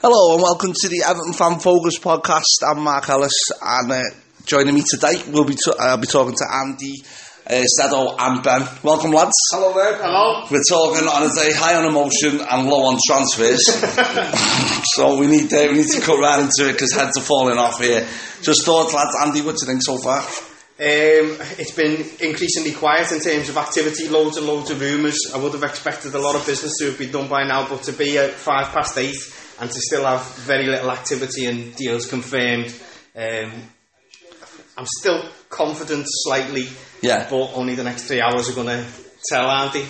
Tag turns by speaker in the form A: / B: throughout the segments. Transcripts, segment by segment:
A: Hello and welcome to the Everton Fan Focus podcast. I'm Mark Ellis, and uh, joining me today will be t- I'll be talking to Andy, uh, Sedo, and Ben. Welcome, lads.
B: Hello there. Hello.
A: We're talking on a day high on emotion and low on transfers, so we need uh, we need to cut right into it because heads are falling off here. Just thoughts, lads. Andy, what do you think so far?
B: Um, it's been increasingly quiet in terms of activity, loads and loads of rumours. I would have expected a lot of business to have been done by now, but to be at five past eight and to still have very little activity and deals confirmed, um, I'm still confident slightly,
A: Yeah.
B: but only the next three hours are going to tell, aren't they?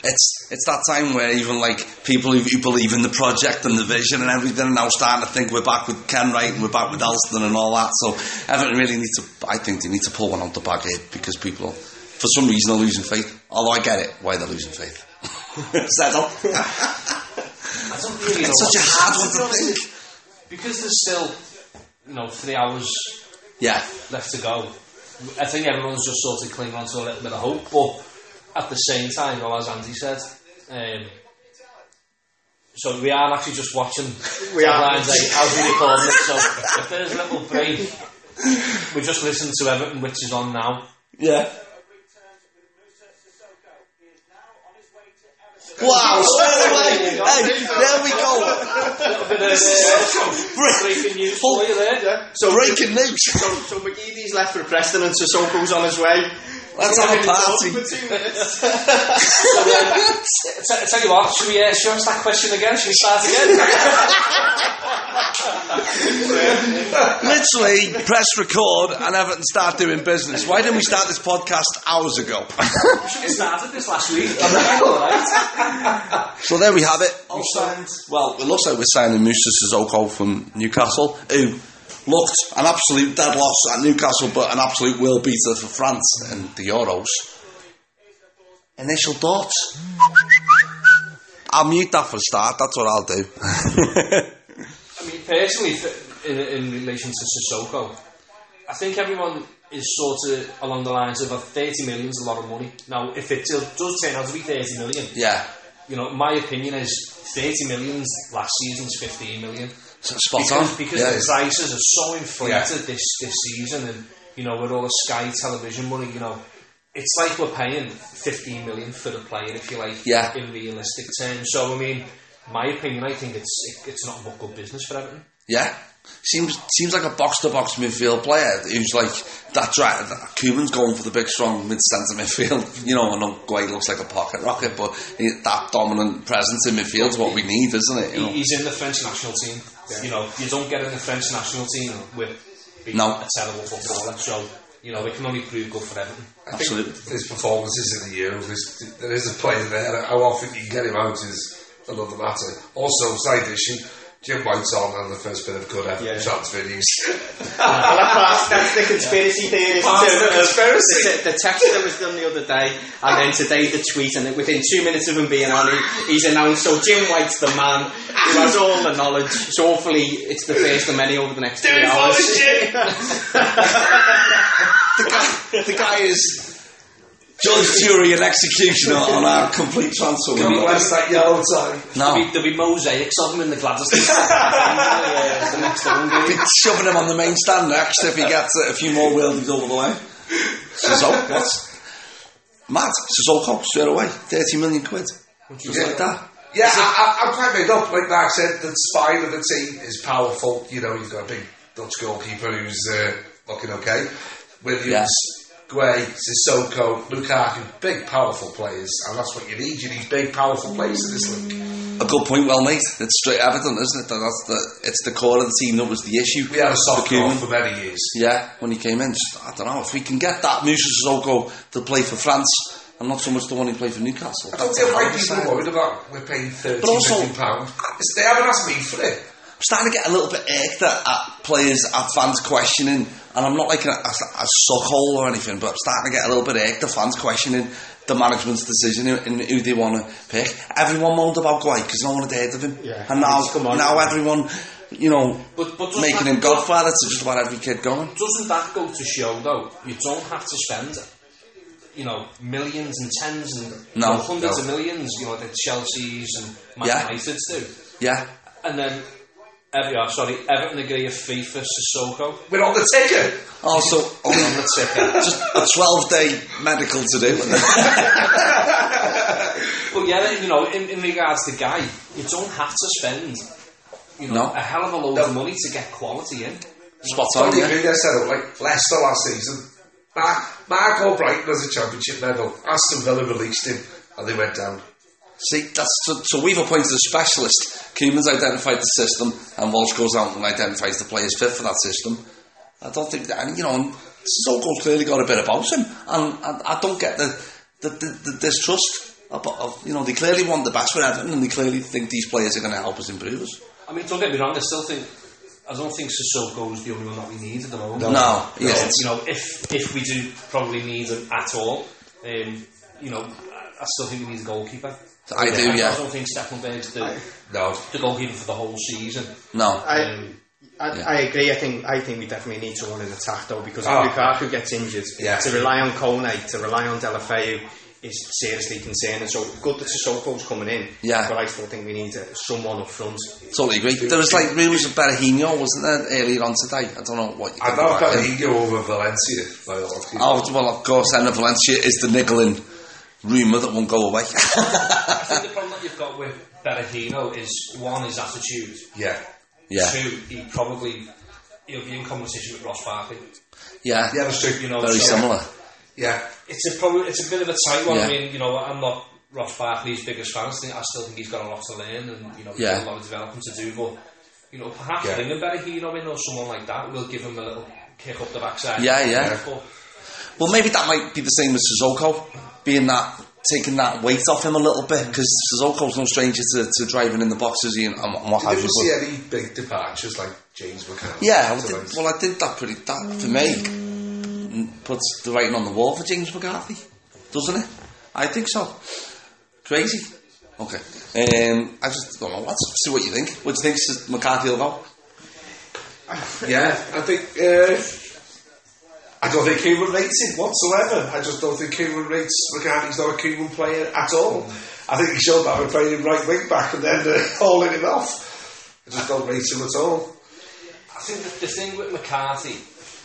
A: It's it's that time where even like people who, who believe in the project and the vision and everything are now starting to think we're back with Ken Wright and we're back with Elston and all that. So Everton really need to. I think they need to pull one out the bag here because people, for some reason, are losing faith. Although I get it why they're losing faith. Settle.
C: I don't really know
A: It's such a
C: what-
A: hard
C: to
A: one
C: be
A: to
C: honest,
A: think.
C: Because there's still, you know, three hours
A: yeah,
C: left to go. I think everyone's just sort of clinging on to a little bit of hope, but at the same time, well, as Andy said, um, so we are actually just watching
B: We are.
C: headlines like, as we record it. So if there's a little break, we just listen to Everton, which is on now.
A: yeah. Wow! Straight away. Hey, there we go.
C: A bit of uh, breaking news for you there.
A: So breaking news.
B: So, so McGeady's left for Preston and Sissoko's on his way.
A: Let's have a party.
B: For two minutes.
C: I tell you what, should we, uh, should we ask that question again? Should we start again?
A: Literally, press record and Everton start doing business. Why didn't we start this podcast hours ago?
C: we started this last week. All right.
A: so there we have it. Well, it looks like we're signing Musa Sissoko from Newcastle, who looked an absolute dead loss at Newcastle, but an absolute will beater for France and the Euros. Initial thoughts? I'll mute that for a start. That's what I'll do.
C: I mean, personally, f- in, in relation to Sissoko, I think everyone is sort of along the lines of a 30 million is a lot of money. Now, if it till- does turn out to be 30 million,
A: yeah,
C: you know, my opinion is 30 million's last season's 15 million.
A: spot
C: because,
A: on.
C: because
A: yeah,
C: the prices are so inflated
A: Yeah.
C: this this season, and you know with all the Sky Television money, you know it's like we're paying 15 million for the player, if you like,
A: Yeah.
C: in realistic terms. So I mean, my opinion, I think it's it, it's not much good business for Everton.
A: Yeah. Seems seems like a box to box midfield player who's like that's right. That Koeman's going for the big strong mid centre midfield. You know, I know Guay looks like a pocket rocket, but he, that dominant presence in midfield is what we need, isn't it? You
C: He,
A: know?
C: he's in the French national team. You know, you don't get in the French national team with being
A: No.
C: a terrible footballer. So you know, it can only prove good for Everton.
A: Absolutely.
D: his performances in the Euros. Is, there is a player there. How often you can get him out is another matter. Also, side issue. Jim White's on and the first bit of good effort
B: Yeah.
D: transfer news.
B: Well, that's, that's the conspiracy theory.
C: Part of the
B: conspiracy. The, the text that was done the other day, and then today the tweet, and within two minutes of him being on, he, he's announced. So Jim White's the man who has all the knowledge. So hopefully it's the first of many over the next three hours.
A: the guy is judge, jury, and executioner on our complete transfer
D: Come
A: window.
D: where's that yellow tie?
C: There'll,
A: No,
C: be, there'll be mosaics of them in the Gladstone. yeah, the next one.
A: be shoving him on the main stand next if he gets a few more worldies over the way. Sissoko, what's mad? Sissoko straight away, thirty million quid, just like that.
D: Yeah, I, I, I'm quite made up. Like Mark said, the spine of the team is powerful. You know, you've got a big Dutch goalkeeper who's uh, looking okay. Williams,
A: Yeah.
D: Guay, Sissoko, Lukaku, big powerful players, and that's what you need. You need big powerful players in this league.
A: a good point, well made. It's straight evident, isn't it? That that's the it's the core of the team that was the issue.
D: We had a soft
A: Kuhn.
D: goal for many years.
A: Yeah, when he came in, just, I don't know if we can get that Musa Sissoko to play for France and not so much the one who played for Newcastle.
D: I don't
A: That's
D: get
A: a hell
D: why
A: of a
D: people
A: sign.
D: are worried about we're paying thirty
A: But also-
D: million pounds. It's- They haven't asked me for it.
A: I'm starting to get a little bit irked at, at players, at fans questioning, and I'm not like a, a, a suckhole or anything, but I'm starting to get a little bit irked at fans questioning the management's decision in, in who they want to pick. Everyone moaned about Guay because no one had heard of him,
B: Yeah,
A: and now
B: he's come on.
A: now everyone, you know,
C: But- but does
A: making
C: that-
A: him godfather to just about every kid going.
C: Doesn't that go to show, though, you don't have to spend, you know, millions and tens and you
A: No,
C: know, hundreds
A: no.
C: of millions, you know, that Chelsea's and Man
A: Yeah.
C: United's do.
A: Yeah,
C: And then, every, oh, sorry, Everton agree a fee for Sissoko.
D: We're on the ticket.
A: Also, on the ticket, just a 12 day medical to do.
C: But yeah, you know, in, in regards to Guy, you don't have to spend, you know,
A: No.
C: a hell of a load
D: No.
C: of money to get quality in.
A: Spot
D: Don't
A: on,
D: you
A: yeah.
D: agree? They set up "Oh, like Leicester last season. Mark, Mark Albrighton has a championship medal. Aston Villa released him and they went down.
A: See, that's so, so we've appointed a specialist. Koeman's identified the system, and Walsh goes out and identifies the players fit for that system. I don't think that, and you know, and Sissoko clearly got a bit about him, and, and I don't get the the, the, the distrust. Of, of, you know, they clearly want the best for Everton, and they clearly think these players are going to help us improve us.
C: I mean, don't get me wrong, I still think, I don't think Sissoko is the only one that we need at the moment.
A: No, he
C: you know,
A: isn't.
C: you know, if if we do probably need him at all, um, you know, I I still think we need a goalkeeper.
A: I do, yeah.
C: I don't think Stepanberg's the,
D: No.
C: the goalkeeper for the whole season.
A: No,
B: I,
D: Um,
B: I,
A: Yeah.
B: I agree. I think I think we definitely need someone in attack though because
D: Oh.
B: if Lukaku gets injured,
D: Yeah.
B: to rely on Kone, to rely on Delafeu is seriously concerning. So good that Sissoko's coming in,
A: Yeah.
B: but I still think we need uh, someone up front.
A: totally agree. There was like rumours of Berahino, wasn't there, earlier on today? I don't know what you
D: I
A: think
D: know
A: about
D: about
A: him.
D: Higo over Valencia. by a lot of people.
A: Oh, well, of course, Enna Valencia is the niggling rumour that won't go away.
C: I think the problem that you've got with Berahino is one, his attitude.
A: Oh.
D: Yeah.
A: yeah,
C: Two, he probably he'll be in competition with Ross Barkley.
A: yeah,
D: Yeah, that's true.
C: You know,
A: very
C: so
A: similar.
D: Yeah.
C: It's a probably it's a bit of a tight one.
A: Yeah.
C: I mean, you know, I'm not Ross Barkley's biggest fan. I, think, I still think he's got a lot to learn, and you know, he's
A: Yeah.
C: got a lot of development to do. But you know, perhaps
D: Yeah.
C: bringing Berahino in or someone like that will give him a little kick up the backside.
A: Yeah, yeah.
C: But
A: Well, maybe that might be the same as Sissoko, being that taking that weight off him a little bit because Sissoko's no stranger to, to driving in the boxes and, and what
D: Did
A: have
D: you
A: you.
D: see
A: but-
D: any big departures like James McCann?
A: Yeah, well,
D: So, like,
A: did, well, I did that pretty. That for me Mm, puts the writing on the wall for James McCarthy, doesn't it? I think so. Crazy. Okay. Um, I just don't know. Let's see what you think. What do you think Sis- McCarthy will go?
D: Yeah, I think. Uh, I don't think Cuban rates it whatsoever. I just don't think Cuban rates McCarthy's not a Cuban player at all. I think he showed that by playing him right wing back and then uh, hauling him off. I just don't rate him at all.
C: I think that the thing with McCarthy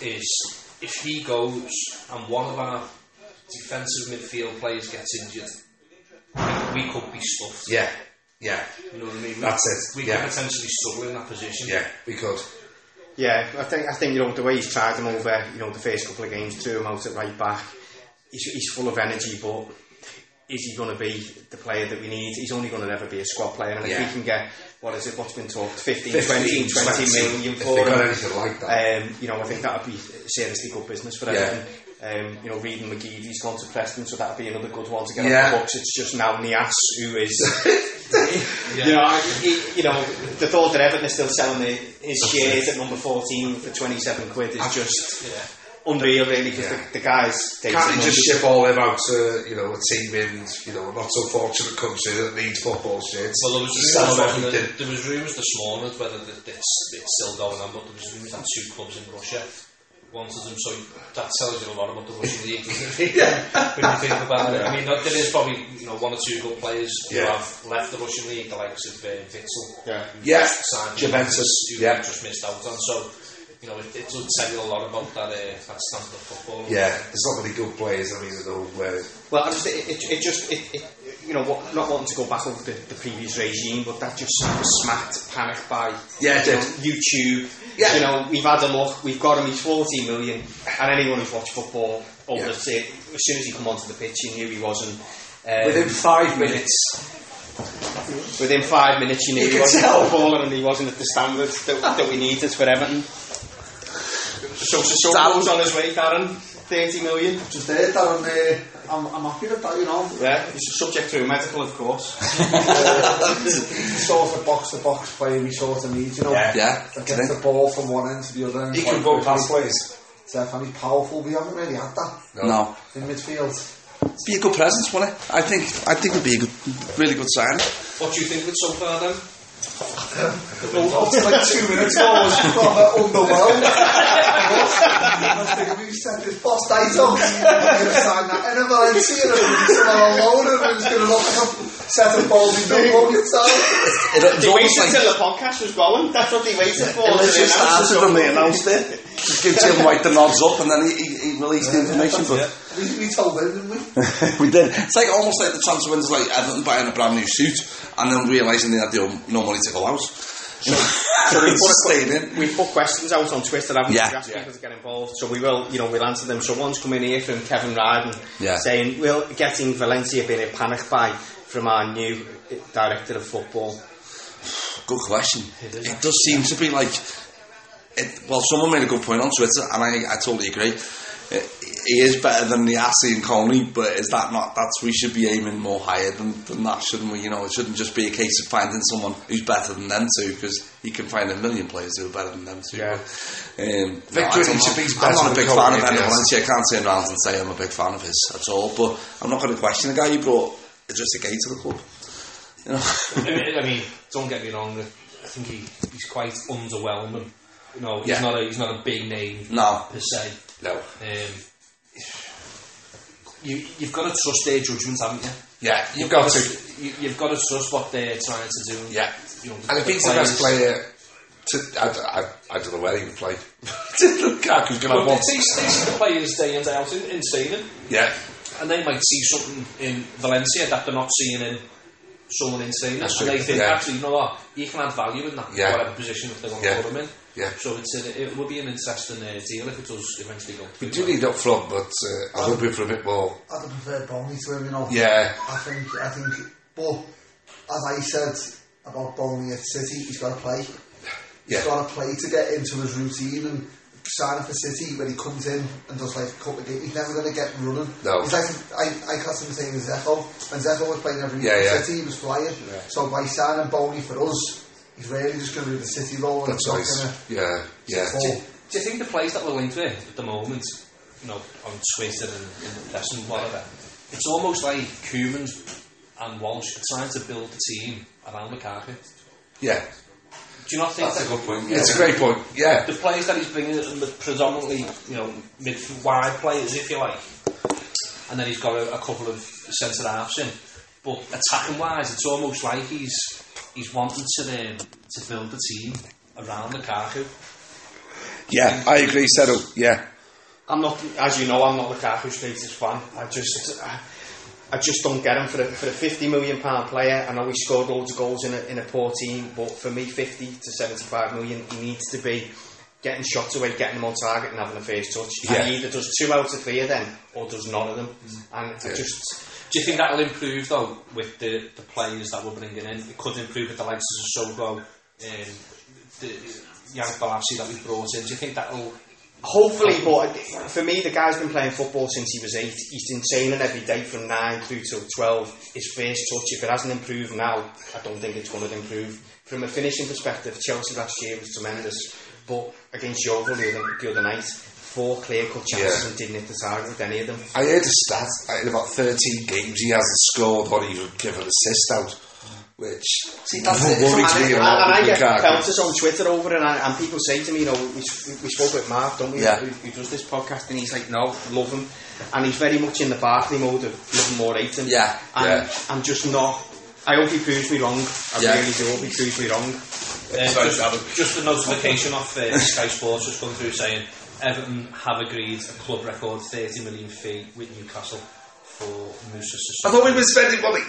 C: is if he goes and one of our defensive midfield players gets injured, we could be stuffed.
D: Yeah, yeah,
C: You know what I mean?
D: That's it,
C: We
D: yeah.
C: could potentially struggle in that position.
D: yeah, because.
B: Yeah, I think I think you know the way he's tried him over. You know the first couple of games, threw him out at right back. He's, he's full of energy, but is he going to be the player that we need? He's only going to ever be a squad player, and
D: Yeah.
B: if we can get what is it? What's been talked? 15,
D: 15,
B: 20, 20 million
D: if
B: for
D: they got
B: him.
D: anything like that.
B: Um, you know, I think that would be seriously good business for
D: Yeah.
B: everyone. Um, you know, Reading McGeevy's gone to Preston, so that'd be another good one to get
D: Yeah.
B: off the books. It's just now Nias who is, you know, I- he- you know, the thought that Everton is still selling the, his shares at number fourteen for twenty seven quid is just unreal, really, because
D: Yeah.
B: the, the guys they
D: Can't you just ship all them out to you know a team in you know a not so fortunate country that needs football shit?
C: Well, there was
D: Sell
C: rumours on
D: everything.
C: the, there was rumours this morning as whether that it's, it's still going on, but there was rumours that two clubs in Russia wanted him. So that tells you a lot about the Russian league doesn't it? when you think about it. I mean, there is probably you know one or two good players who
D: Yeah.
C: have left the Russian league, the likes of uh, Vitzel,
B: Yeah.
C: who
D: Yeah.
C: just signed with
D: Juventus,
C: Juventus, who
D: yeah.
C: we just missed out on. So you know, it, it does tell you a lot about that uh, that standard of football.
D: Yeah, there's not many good players. I mean, at all. Uh,
B: Well, I just, it, it, it just, it, it, you know, what, not wanting to go back over the, the previous regime, but that just was smacked panic by
D: Yeah, it
B: you
D: did.
B: know, YouTube.
D: Yeah.
B: You know, we've had a look, we've got him, he's 14 million, and anyone who's watched football over
D: Yeah.
B: the, as soon as he come onto the pitch, he knew he wasn't. Um,
D: Within five minutes.
B: Within five minutes, you knew
D: You
B: he
D: could
B: wasn't
D: tell.
B: footballing and he wasn't at the standards that, that we needed for Everton. So Sissoko's on his way, Darren. 30 million.
D: Just there, Darren, uh, I'm, I'm happy with that, you know.
B: Yeah, he's subject to a medical, of course.
D: He's the sort of box to box player we sort of need, you know.
A: Yeah. Yeah.
D: That gets the ball from one end to the other end.
E: He
D: quite
E: can go
D: quickly.
E: past players.
D: Definitely powerful. We haven't really had that
A: No.
D: in midfield.
A: It'd be a good presence, wouldn't it? I think I think it'd be a good, really good sign.
C: What do you think of it so far then?
D: It's like two minutes ago, I was rather underwhelmed. I was thinking, we've said this boss title. I'm going to sign that in a Valencia and I'm going to alone and he's going to look up, set a ball in the bucket side.
A: It, it's
B: He waited
A: almost like
B: until the podcast was going. That's what he waited for.
A: it literally
B: to announce it.
A: started and they announced it. Just give Jim White the nods up, and then he, he, he released the information. But
D: We, we told him, didn't we?
A: we did. It's like almost like the transfer window's like Everton buying a brand new suit and then realising they had the, no money to go out. So
B: we put a-
A: stayed in.
B: We've put questions out on Twitter, haven't
A: Yeah.
B: we? We asked people to get involved, so we will, you know, we'll answer them. So one's coming here from Kevin Ryden
A: Yeah.
B: saying, "Will getting Valencia being a panic buy from our new director of football?"
A: Good question. It does seem to be like. It, well, someone made a good point on Twitter, and I, I totally agree. Uh, He is better than the Assi and Conley, but is that not? That's we should be aiming more higher than, than that, shouldn't we? You know, it shouldn't just be a case of finding someone who's better than them too, because you can find a million players who are better than them too.
B: Yeah.
A: Um,
E: Vic
A: no, I
E: Gooding
A: don't know.
E: should be his
A: I'm
E: best
A: not a
E: on
A: big
E: goal,
A: fan of
E: maybe,
A: any
E: yes.
A: Valencia. I can't turn around and say I'm a big fan of his at all, but I'm not going to question a guy who brought Idris Gay to the club. You know.
C: I mean, I mean, don't get me wrong. I think he, he's quite underwhelming. You know, he's
A: Yeah.
C: not a he's not a big name
A: No.
C: per se.
A: No.
C: Um, you you've got to trust their judgment, haven't you?
A: Yeah,
C: You've
E: got
C: gotta-
E: to.
C: You, you've got to trust what they're trying to do.
E: Yeah.
C: You know,
E: And if he's the
C: players-
E: best player, to, I, d- I- I don't know where he would play. Lukaku's going to have
C: Well,
E: one.
C: these, these are the players day in day out in, in Stephen,
E: Yeah.
C: and they might see something in Valencia that they're not seeing in someone in Stephen, and
E: true,
C: they think
E: yeah.
C: actually, you know what, you can add value in that
E: Yeah.
C: whatever position that they're going to
E: Yeah.
C: put him in.
E: Yeah.
C: So it's an, it will be an interesting uh, deal if it does eventually go.
E: We do need up front, but uh, I'm hoping for a bit more.
D: I'd have preferred Bonney to him, you know.
E: Yeah.
D: I think, I think, but as I said about Bonney at City, he's got to play. He's
E: Yeah.
D: got to play to get into his routine and sign up for City when he comes in and does like a couple of games. He's never going to get running.
E: No.
D: He's like, I, I class him the same as Zeko. When Zeko was playing every
E: Yeah,
D: year
E: yeah.
D: for City, he was flying. So by signing Bonney for us, he's really just going to do the City role and
E: That's
D: he's not
E: nice.
D: going to
E: Yeah. Yeah.
D: fall.
C: Do you think the players that we're linked with at the moment, you know, on Twitter and in the press and whatever, it's almost like Koeman and Walsh are trying to build the team around Lukaku.
E: Yeah.
C: Do you not think that
A: point.
E: It's a great point. Yeah.
C: the players that he's bringing in are predominantly, you know, mid wide players, if you like, and then he's got a, a couple of centre halves in. But attacking wise, it's almost like he's he's wanting to um, to build the team around Lukaku.
E: Yeah. I agree, Settle. Yeah.
B: I'm not, as you know, I'm not Lukaku's greatest fan. I just, I, I just don't get him for a, for a 50 million pound player. I know he scored loads of goals in a, in a poor team, but for me, 50 to 75 million, he needs to be getting shots away, getting them on target, and having a first touch.
E: Yeah.
B: And he either does two out of three of them, or does none of them. And I just,
C: Do you think that'll improve though with the, the players that we're bringing in? It could improve with the likes of Sissoko, um, the Yank Balassi that we brought in. Do you think that'll?
B: Hopefully, but for me, the guy's been playing football since he was eight. He's been training every day from nine through till twelve. His first touch, if it hasn't improved now, I don't think it's going to improve. From a finishing perspective, Chelsea last year was tremendous, but against Yeovil the other, the other night, four clear cut chances
E: Yeah.
B: and didn't hit the target with any of them.
E: I heard a stat that in about 13 games he hasn't scored or even given an assist out, which See,
A: that's it.
E: worries
B: and,
E: me
B: I- and
E: a lot
B: I get
E: with Lukaku.
B: pelters on Twitter over it, and, and people say to me, you know, we, we spoke with Mark, don't we?
A: Yeah.
B: Who, who does this podcast? And he's like, no, love him. And he's very much in the Barkley mode of love him or hate him.
A: Yeah,
B: And
E: yeah.
B: I'm just not. I hope he proves me wrong. I
A: Yeah.
B: really do hope he proves me wrong.
C: Uh,
E: Sorry,
C: just, just a notification off uh, Sky Sports just come through saying Everton have agreed a club record 30 million fee with Newcastle for Musa
E: I
C: Sissoko.
E: thought we'd been spending money.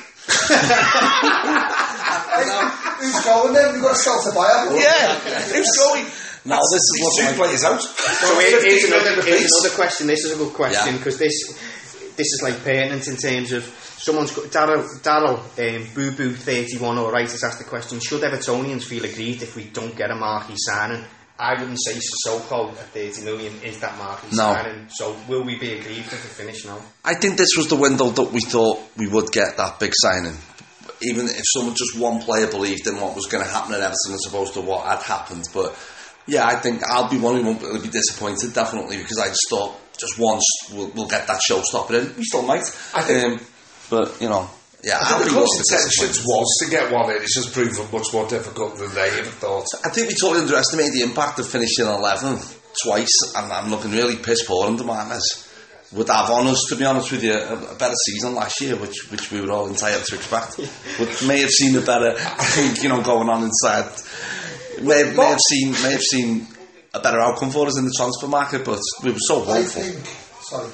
D: Who's going then? We've got to sell to buy haven't we?
E: Yeah, who's going?
A: Now this is
E: These
A: what
E: two
A: I-
E: players out.
B: So here- here's,
E: 15 million
B: another, here's
E: apiece.
B: another question. This is a good question
A: Yeah.
B: because this this is like pertinent in terms of someone's got Daryl Daryl um, Boo Boo thirty one or right has asked the question: Should Evertonians feel aggrieved if we don't get a marquee signing? I wouldn't say Sissoko at thirty million is that marquee
A: No.
B: signing. So will we be aggrieved if we finish now?
A: I think this was the window that we thought we would get that big signing. Even if someone just one player believed in what was going to happen at Everton as opposed to what had happened. But yeah, I think I'll be one who won't be- be disappointed definitely because I just thought just once we'll, we'll get that showstopper in. We still might.
E: I think-
A: um, but you know, yeah,
E: I think the club's intentions
A: intentions.
E: was to get one in. It's just proven much more difficult than they ever thought.
A: I think we totally underestimated the impact of finishing 11th twice, and I'm looking really piss poor under Martinez. Would have on us, to be honest with you, a, a better season last year, which which we were all entitled to expect. Would may have seen a better, I think, you know, going on inside. May, may have seen may have seen a better outcome for us in the transfer market, but we were so
F: I
A: woeful.
F: think, sorry,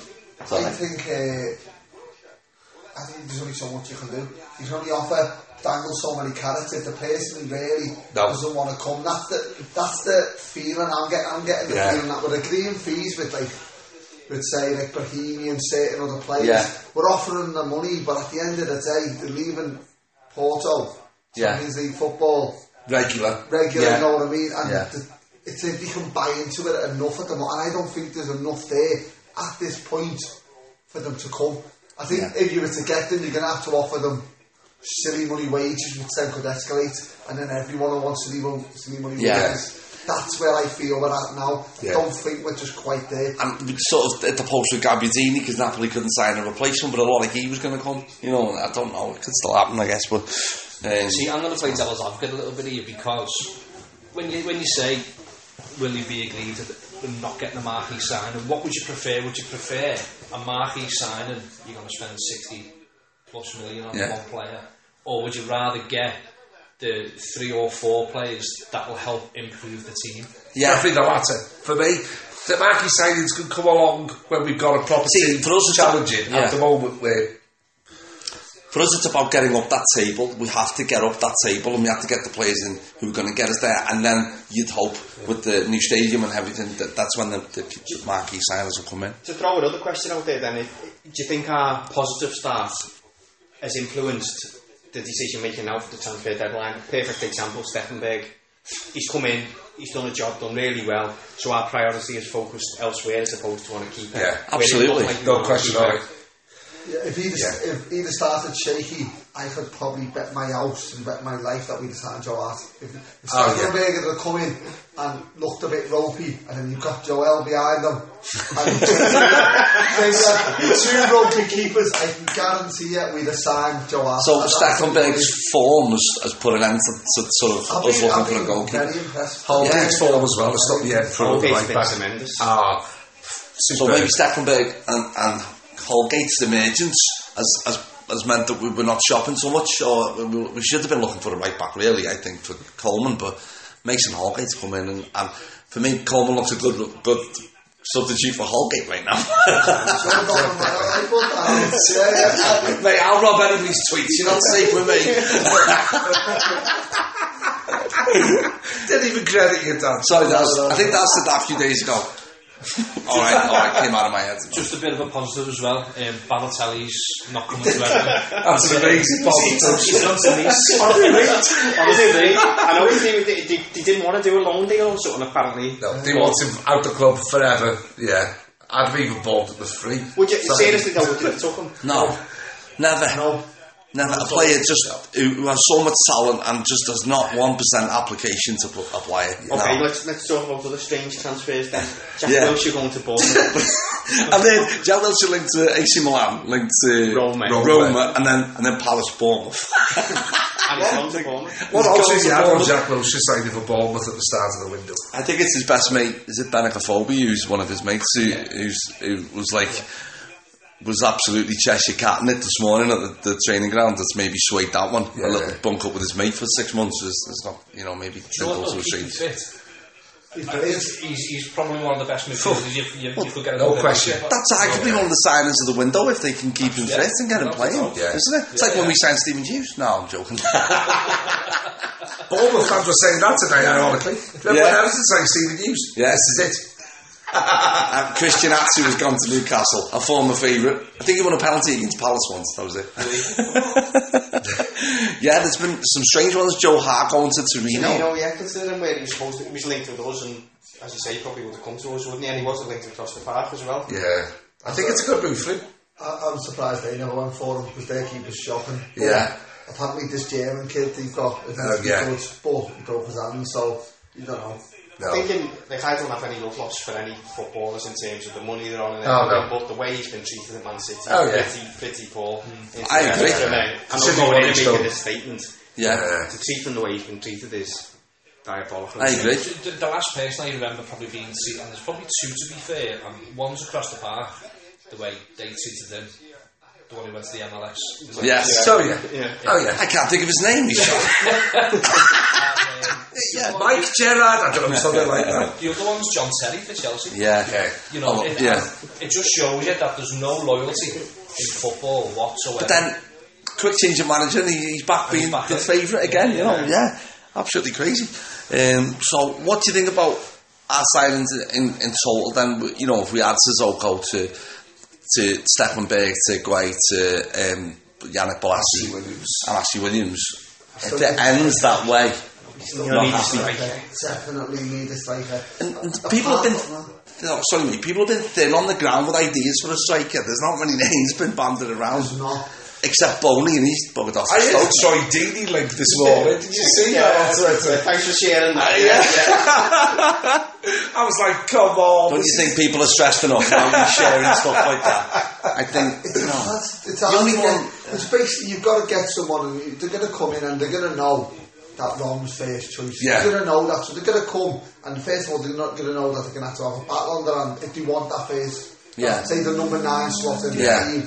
A: Sorry.
F: I think, uh, I think there's only so much you can do. You can only offer dangle so many carrots if the person who really
E: No.
F: doesn't want to come. That's the that's the feeling I'm getting. I'm getting the
E: Yeah.
F: feeling that we're agreeing fees with like with say like Bohemian certain other players.
A: Yeah.
F: We're offering the money, but at the end of the day, they're leaving Porto
A: Yeah.
F: Champions League football
E: Regular.
F: regular,
A: Yeah.
F: you know what I mean? And
A: Yeah.
F: the, it's if you can buy into it enough at the moment, and I don't think there's enough there at this point for them to come. I think
A: Yeah.
F: if you were to get them, you're going to have to offer them silly money wages, which then could escalate, and then everyone will want silly, mo- silly money
A: Yeah.
F: wages. That's where I feel we're at now.
E: Yeah.
F: I don't think we're just quite there.
A: and we sort of at the post with Gabbiadini because Napoli couldn't sign a replacement, but a lot like he was going to come. You know, I don't know. It could still happen, I guess. But um,
C: See, I'm going to play devil's advocate a little bit here because when you when you say, will you be aggrieved at them not getting a marquee sign? And what would you prefer? Would you prefer a marquee sign and you're going to spend 60 plus million on
A: Yeah.
C: one player? Or would you rather get the three or four players that will help improve the team?
A: Yeah.
E: Definitely the latter. For me, the marquee signings can come along when we've got a proper
A: See,
E: team
A: for us it's-
E: challenging.
A: yeah.
E: At the moment, we're
A: For us, it's about getting up that table. We have to get up that table, and we have to get the players in who are going to get us there. And then you'd hope with the new stadium and everything that that's when the, the marquee signers will come in.
B: To throw another question out there, then, if, do you think our positive start has influenced the decision making now for the transfer deadline? Perfect example, Steffenberg. He's come in, he's done a job, done really well. So our priority is focused elsewhere as opposed to on a keeper.
E: Yeah,
B: Where it looked
A: absolutely.
B: like we
E: no
B: were
E: question
B: keeper.
E: on it.
F: Yeah, if he'd have- if he'd have started shaky, I could probably bet my house and bet my life that we'd have signed Joe Hart. If, if
E: Oh,
F: Stefan Berger had come in and looked a bit ropey, and then you've got Joel behind them, and two, two ropey keepers, I can guarantee you we'd have signed Joe Hart.
A: So
F: And that's
A: Stecklenberg's form has, has put an end to, to sort of
F: I've
A: us
F: been, I've
A: looking for a
F: been
A: goalkeeper.
F: very impressed.
A: Yeah.
E: Big form as well. It's not yet for
B: Oh,
E: all
B: it's
E: right
B: been
E: back.
B: tremendous.
E: Ah,
A: So
E: super.
A: maybe Stecklenberg and, and Holgate's emergence has, has, has meant that we were not shopping so much, or we, we should have been looking for a right back, really, I think, for Coleman. But Mason Holgate's come in, and, and for me, Coleman looks a good, good substitute for Holgate right now.
F: Well done, man. I thought that was- yeah, yeah.
A: Mate, I'll rob anybody's tweets, you're not safe with me.
E: Didn't even credit you, Dan.
A: Sorry, that's, I think that's said that a few days ago. alright, alright, came out of my head.
C: Just a bit of a positive as well. Um, Balotelli's not coming to Everton.
E: That's an amazing positive.
C: He's not to Nice.
B: Honestly, I know he, he, he, he didn't want to do a loan deal or something, apparently.
E: No, they want him out the club forever. Yeah. I'd have even bought at the free.
B: Would you,
E: Sorry.
B: seriously, though, would you have took him?
A: No, never.
F: No.
A: Never. A player just who, who has so much talent and just does not one percent application to pl- apply it. No.
B: Okay, let's let's talk about other strange transfers then. Jack
A: Yeah.
B: Wilshere going to Bournemouth.
A: and then Jack Wilshere linked to AC Milan, linked to
B: Roma.
A: Roma, and then and then Palace Bournemouth.
B: and he's gone to Bournemouth.
E: What
A: He's
E: odds
A: gone
E: is
A: to
E: he had on
A: Bournemouth.
E: Jack Wilshere signing for Bournemouth at the start of the window?
A: I think it's his best mate. Is it Benicophobe, who's one of his mates, who, who's, who was like was absolutely Cheshire catting it this morning at the, the training ground. That's maybe swayed that one a little
E: yeah.
A: bunk up with his mate for six months. Is, is not you know maybe simple to a
C: Keep
A: change.
C: fit.
F: He's
C: I
F: brilliant.
C: think He's, he's probably one of the best midfielders you, you, you could get.
E: No
C: another
E: question.
C: midfielder.
A: That's arguably one of the signings of the window if they can keep him fit and get him
C: Yeah.
A: playing,
E: Yeah.
A: isn't it? It's like when we signed Stephen Hughes. No, I'm joking.
E: Bournemouth fans were saying that today, ironically. Remember
A: Yeah.
E: when Everton signed Stephen Hughes?
A: Yeah.
E: This is it.
A: uh, Christian Atsu has gone to Newcastle, a former favourite. I think he won a penalty against Palace once. That was it. yeah, there's been some strange ones. Joe Hart going to
B: You know,
A: Torino.
B: Oh, yeah, considering where he was supposed to, he was linked with us, and as you say, he probably would have come to us, wouldn't he? And he was linked across the park as well.
E: Yeah. I think it's a good move for him.
F: I, I'm surprised they never went for him because their keeper's shocking. But
E: Yeah.
F: Apparently, this German kid they've got is
A: Uh,
E: Oh, yeah.
F: good, but he broke his hand, so you don't know.
E: No.
B: Thinking like I don't have any love lost for any footballers in terms of the money they're on, and
E: Oh, no.
B: everything, but the way he's been treated at Man City,
E: Oh, yeah.
B: pretty, pretty poor.
C: Hmm.
A: I agree.
B: I'm
E: City
B: not going in
E: wanted
B: and
E: still.
B: making this statement.
A: Yeah,
B: To treat him the way he's been treated is diabolical.
E: Oh.
A: I agree.
C: The, the last person I remember probably being treated, and there's probably two to be fair, and one's across the park, the way they treated him, the one who went to the MLS. Like,
A: Yeah,
E: So yeah.
B: Yeah.
E: Oh yeah.
A: I can't think of his name. He's shot.
E: Yeah, Mike Gerrard, I don't know, something like that.
C: The other one's John Terry for Chelsea.
A: Yeah,
E: Yeah.
C: You know,
A: Oh,
C: it,
A: yeah.
C: it just shows you that there's no loyalty in football whatsoever.
A: But then, quick change of manager, and he, he's back being
C: back
A: the
C: in.
A: favourite again. You know, yeah, absolutely crazy. Um, so, what do you think about our signings in, in total? Then, you know, if we add Sissoko to to Steppenberg to Guay to um, Yannick Bolasie and Ashley Williams, if it ends that way, not
B: need
A: happy.
F: Definitely need a striker.
A: And, and
F: A- a
A: people have been.
F: partner.
A: No, sorry, mate. People have been thin on the ground with ideas for a striker. There's not many names been banded around.
F: There's not.
A: Except Boney and he's bugged off.
E: I heard
A: Stoke.
E: Troy Deeney link this morning. Did you see that on Twitter?
B: Thanks for sharing that.
E: I was like, come on.
A: Don't
E: this
A: you think people are stressed enough now you're sharing stuff like that? I think
F: It's
A: no.
F: hard- it's
A: The
F: hard
A: only
F: to
A: one-
F: get- It's basically you've got to get someone who they're going to come in and they're going to know that Rom's first choice.
A: Yeah.
F: They're going to know that, so they're going to come and first of all they're not going to know that they're going to have to have a battle on their hand if they want that first.
A: Yeah.
F: Say the number nine slot in the
A: Yeah.
F: team.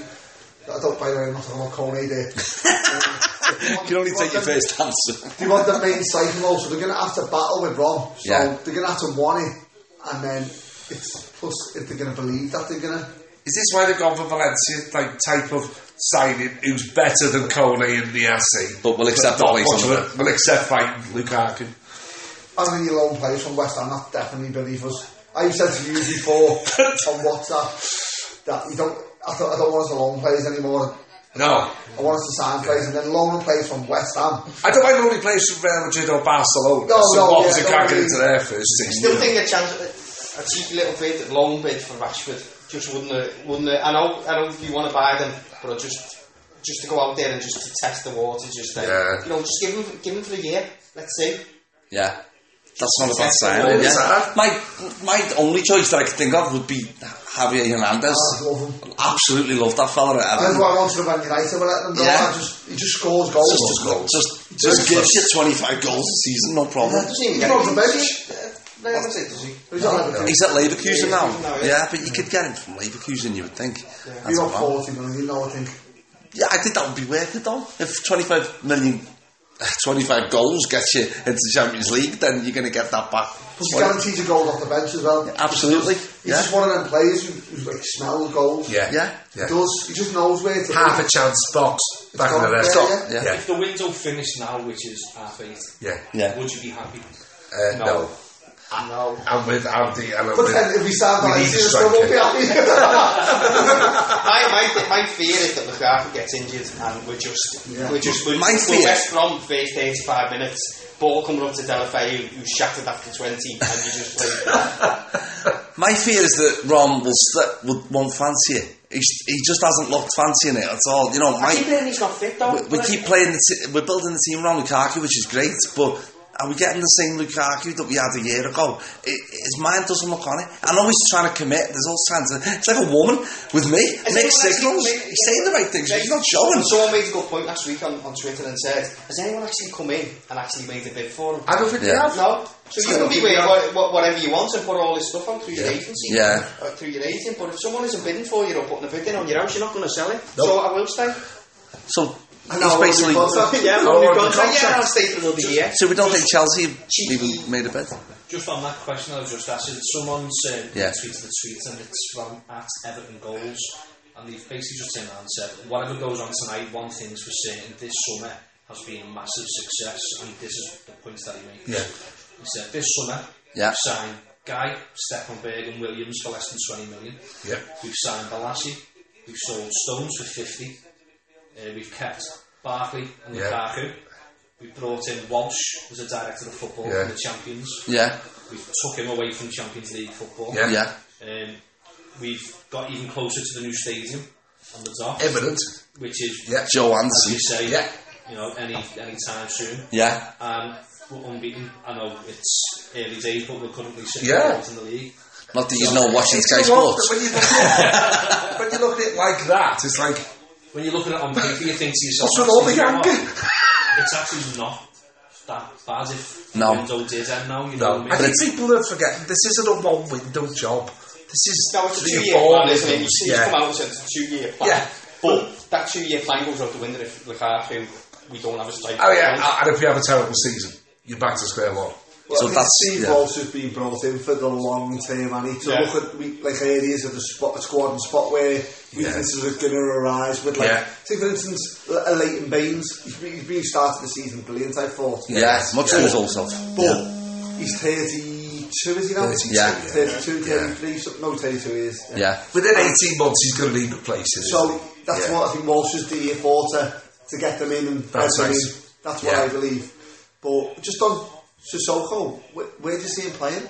F: I don't by the way, I'm Um, not talking about Coney there.
A: You can only take your first answer.
F: They want the main cycle though, so they're going to have to battle with Rom. So
A: Yeah.
F: they're going to have to want it, and then it's plus if they're going to believe that they're going to.
E: Is this why they've gone for Valencia, like type of signing who's better than Kone and Niasi?
A: But we'll accept the place on the-
E: We'll accept fighting Lukaku.
F: And then your lone players from West Ham, that definitely believe us. I've said to you before on WhatsApp that you don't. I, don't I don't want us to loan players anymore.
E: No.
F: I want us to sign players, and then loan players from West Ham.
E: I don't mind only players from Real Madrid or Barcelona.
F: No,
E: so
F: no,
E: what
F: yeah,
E: was it
F: don't
E: can't get
F: really-
E: into their first team?
B: Still think a chance, a cheeky little bid, long bid for Rashford. Just wouldn't, it, wouldn't. It, I know, I know you want to buy them, but I just, just to go out there and just to test the water, just then.
E: Yeah.
B: You know, just give him, give him for a year. Let's see.
A: Yeah. That's not a bad sign. Yeah. My my only choice that I could think of would be Javier Hernandez.
F: Ah, I love him.
A: Absolutely love that fella. I
F: That's
A: don't-
F: why I wanted to Man United. We're letting them know.
A: Yeah.
F: I just, he just scores goals.
A: Just, just, just, just gives you 25 goals a season, no problem.
B: Doesn't even
F: He's
B: get
F: not the
B: a
F: bench.
B: No, I don't think does he?
F: He's not the bench.
A: He's at Leverkusen now.
B: Leverkusen now,
A: yeah.
B: yeah.
A: but you could get him from Leverkusen, you would think. That's
F: He's
A: not
F: on
A: bad.
F: 40 million, you know, I think.
A: Yeah, I think that would be worth it though. If 25 million, 25 goals gets you into the Champions League, then you're going to get that back.
F: Plus, he guarantees a goal off the bench as well.
A: Absolutely.
F: He's
A: Yeah.
F: just one of them players who, who like, smells goals.
E: Yeah.
A: Yeah.
E: yeah.
F: He does. He just knows where to
E: Half a chance box back in the
F: gone.
E: net.
F: It's gone,
A: yeah.
E: Yeah.
C: If the window finished now, which is half eight,
E: Yeah.
A: Yeah.
C: would you be happy?
E: Uh, no.
C: No.
F: No.
E: I'm with Andy and I'm
F: But
E: with-
F: then if we sign
E: We
F: Valencia,
E: need a
F: we still won't be
E: striker.
F: happy.
B: My, my, th- my fear is that Lukaku gets injured and we're just
F: Yeah.
B: we're just we're,
A: My
B: we're
A: fear-
B: West Brom first eighty five minutes ball coming up to Delafay who, who shattered after twenty and you just play
A: My fear is that Ron will st- will won't fancy it. He's, he just hasn't looked fancy in it at all. You know,
B: I
A: my,
B: keep hearing he's not fit though.
A: we, we keep playing. The t- we're building the team around Lukaku, which is great. But are we getting the same Lukaku that we had a year ago? It, his mind doesn't look on it. I know he's trying to commit. There's all kinds of. It's like a woman with me. Mixed
B: anyone actually
A: signals.
B: made-
A: He's saying the right things, but he's not
B: Someone-
A: showing.
B: Someone made a good point last week on, on Twitter and said, has anyone actually come in and actually made a bid for him?
E: I don't think they
A: Yeah.
E: have.
B: No. So you can be wearing what, what, whatever you want and put all this stuff on through your agency.
A: Yeah.
B: Or through your agent. But if someone isn't bidding for you or putting a bid in on your house, you're not going to sell it. So I will stay.
A: So he's
B: Nou,
F: know,
A: basically.
F: we've got-
B: yeah,
E: Oh,
B: we've
E: the
B: gone, so
E: contract.
B: yeah, I'll stay for another year.
A: So we don't think Chelsea have
B: Cheeky.
A: even made a bid.
C: Just on that question I was just asking, someone's um,
A: Yeah.
C: tweeted the tweet and it's from at Everton Goals and they've basically just turned around and said, whatever goes on tonight, one thing's for certain, this summer has been a massive success and this is the points that he makes.
E: Yeah.
C: He said, this summer,
A: Yeah.
C: we sign Guy, Steppenberg and Williams for less than 20 million.
E: Yeah.
C: We've signed Balassi. We've sold Stones for 50. Uh, we've kept Barkley and
E: Yeah.
C: Lukaku. We brought in Walsh as a director of football
E: Yeah.
C: in the Champions.
A: Yeah,
C: We took him away from Champions League football.
E: Yeah.
A: yeah.
C: Um, we've got even closer to the new stadium on the dock,
E: Imminent.
C: which is,
E: Yeah.
A: Joe
C: as you
A: Ansi.
C: say,
E: Yeah.
C: you know, any any time soon.
A: Yeah,
C: Um, we're unbeaten. I know it's early days, but we're currently sitting
E: Yeah.
C: fourth in the league.
A: not that you're not watching Sky
E: You know what?
A: Sports.
E: When you, look at it, when you look at it like that, it's like,
C: When you look at it on paper, you think to yourself,
E: what's with all the
C: "Actually, you know
E: anger?
C: what? It's actually not that bad if
A: No.
C: the window did end now. You know
E: No,
C: what
E: I
C: I mean?
E: think people are forgetting this isn't a one window job. This is
B: No, it's a
E: three or
B: two-year
E: four
B: plan, isn't it? You
E: windows,
B: see, you come
E: Yeah.
B: out and said it's a two-year plan.
E: Yeah.
B: But that two-year plan goes out the window if Lukaku, we don't have a striker.
E: Oh yeah, and if you have a terrible season, you're back to square one.
A: So
F: Well, I think
A: that's-
F: Steve
A: yeah.
F: Walsh has been brought in for the long term, and he to
B: Yeah.
F: look at we- like areas of the spot, squad and spot where weaknesses are going to arise. With like,
E: Yeah.
F: say for instance, L- uh, Leighton Baines, he's been, he's been started the season brilliant. I thought,
A: Yeah, much
F: Yeah.
A: yeah. result of.
F: but he's thirty-two, is he now?
E: 32,
A: Yeah.
F: 32,
E: Yeah.
F: 33, something- no, thirty-two he is.
A: Yeah,
E: Within 18 months, he's going to need replacing.
F: So that's
E: Yeah.
F: what I think Walsh is the for to, to get them in and
E: That's
F: them
E: right.
F: in. That's what
E: Yeah.
F: I believe. But just on Sissoko, where, where do you see him playing?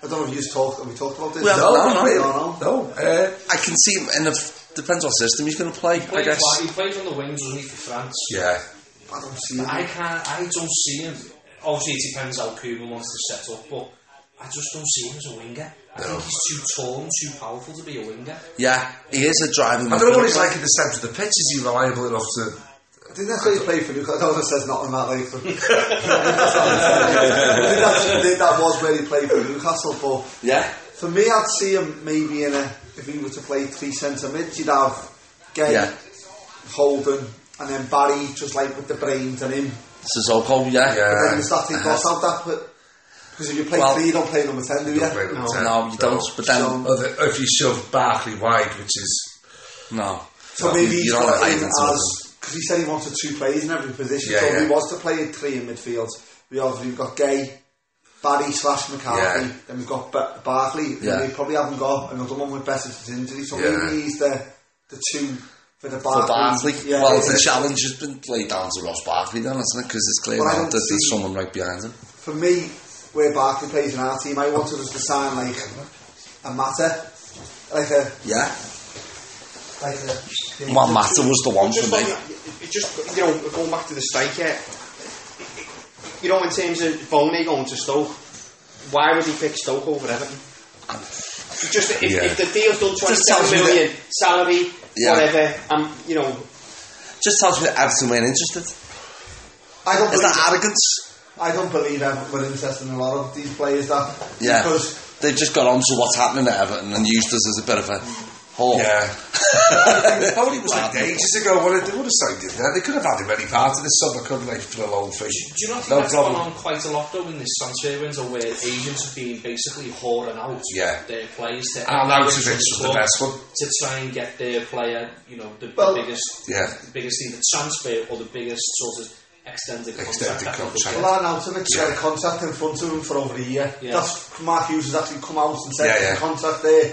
F: I don't know if you just talked. Have we talked about this?
A: Well,
E: no,
A: No,
E: no,
A: no,
F: no,
E: no. Uh,
A: I can see him, and if depends what system he's going to play. I
C: Played
A: guess.
C: flat- he played on the wings, wasn't he, for France?
E: yeah,
F: I don't see him.
C: I can't. I don't see him. Obviously, it depends how Cuban wants to set up, but I just don't see him as a winger. I think he's too tall and too powerful to be a winger.
A: Yeah, he is a driving.
E: I don't know what he's like in the centre of the pitch. Is he reliable enough to?
F: I think that's why he played for Newcastle. No one says nothing about Latham. I think that's- I think that was where he played for Newcastle. But
A: Yeah,
F: for me, I'd see him maybe in a if he were to play three centre mids, you'd have Gay,
A: Yeah.
F: Holden, and then Barry, just like with the brains and him.
A: Sissoko. Yeah,
E: Yeah.
F: But then there's that thing
A: Uh-huh.
F: cross out that, but because if you play
A: Well-
F: three, you don't play number ten, do you?
E: play number
F: No.
E: 10.
A: No, you don't. But then
F: So-
E: Other, if you shove Barkley wide, which is
A: no.
F: So maybe he's
A: you're not
F: got him
A: hiding something.
F: as because he said he wanted two players in every position.
E: Yeah,
F: so if
E: yeah.
F: he was to play at three in midfield, we obviously we've got Gay, Barry slash McCarthy,
E: Yeah.
F: then we've got ba- Barkley.
A: Yeah.
F: And we probably haven't got another one with Bessett's injury, so
E: Yeah.
F: maybe he's the the two for the
A: for
F: Barkley.
A: Barkley.
F: Yeah,
A: well,
F: it's-
A: the challenge has been laid down to Ross Barkley, then, hasn't it? Because it's clear
F: Well, I
A: now
F: don't
A: that there's
F: see-
A: someone right behind him.
F: for me, where Barkley plays in our team, I wanted us to sign like a matter, like a
A: Yeah.
F: like a.
A: What matter was the one
B: just
A: for me.
B: on- it just you know going back to the striker, you know in terms of Volney going to Stoke, why would he pick Stoke over Everton? Just if,
E: Yeah.
B: if the deal's done twenty
A: Just tells me
B: seven million salary,
A: Yeah.
B: whatever, um, you know,
A: Just tells me that Everton weren't interested.
F: I don't
A: Is
F: believe
A: that arrogance?
F: I don't believe Everton were interested in a lot of these players that
A: Yeah.
F: because
A: They've just got on to what's happening at Everton and used us as a bit of a whore.
E: yeah. Only Oh. was like ages ago. What they would have signed him there. They could have had him any part of this summer, couldn't they? For a long fee.
C: Do you not think
E: no
C: that's
E: problem.
C: gone on quite a lot though in this transfer window, where agents have been basically hoarding out
E: Yeah.
C: their players? Their
E: Alan Outovich
C: players
E: was the
C: club
E: best one.
C: to try and get their player, you know, the,
F: Well-
C: the biggest,
E: Yeah.
C: the biggest either transfer or the biggest sort of extended,
E: Extended
C: contract. that
E: contract.
C: they could
F: Alan Altovich had a contract in front of him for over a year.
C: Yeah.
F: That's Mark Hughes has actually come out and said
E: Yeah, yeah.
F: the contract there.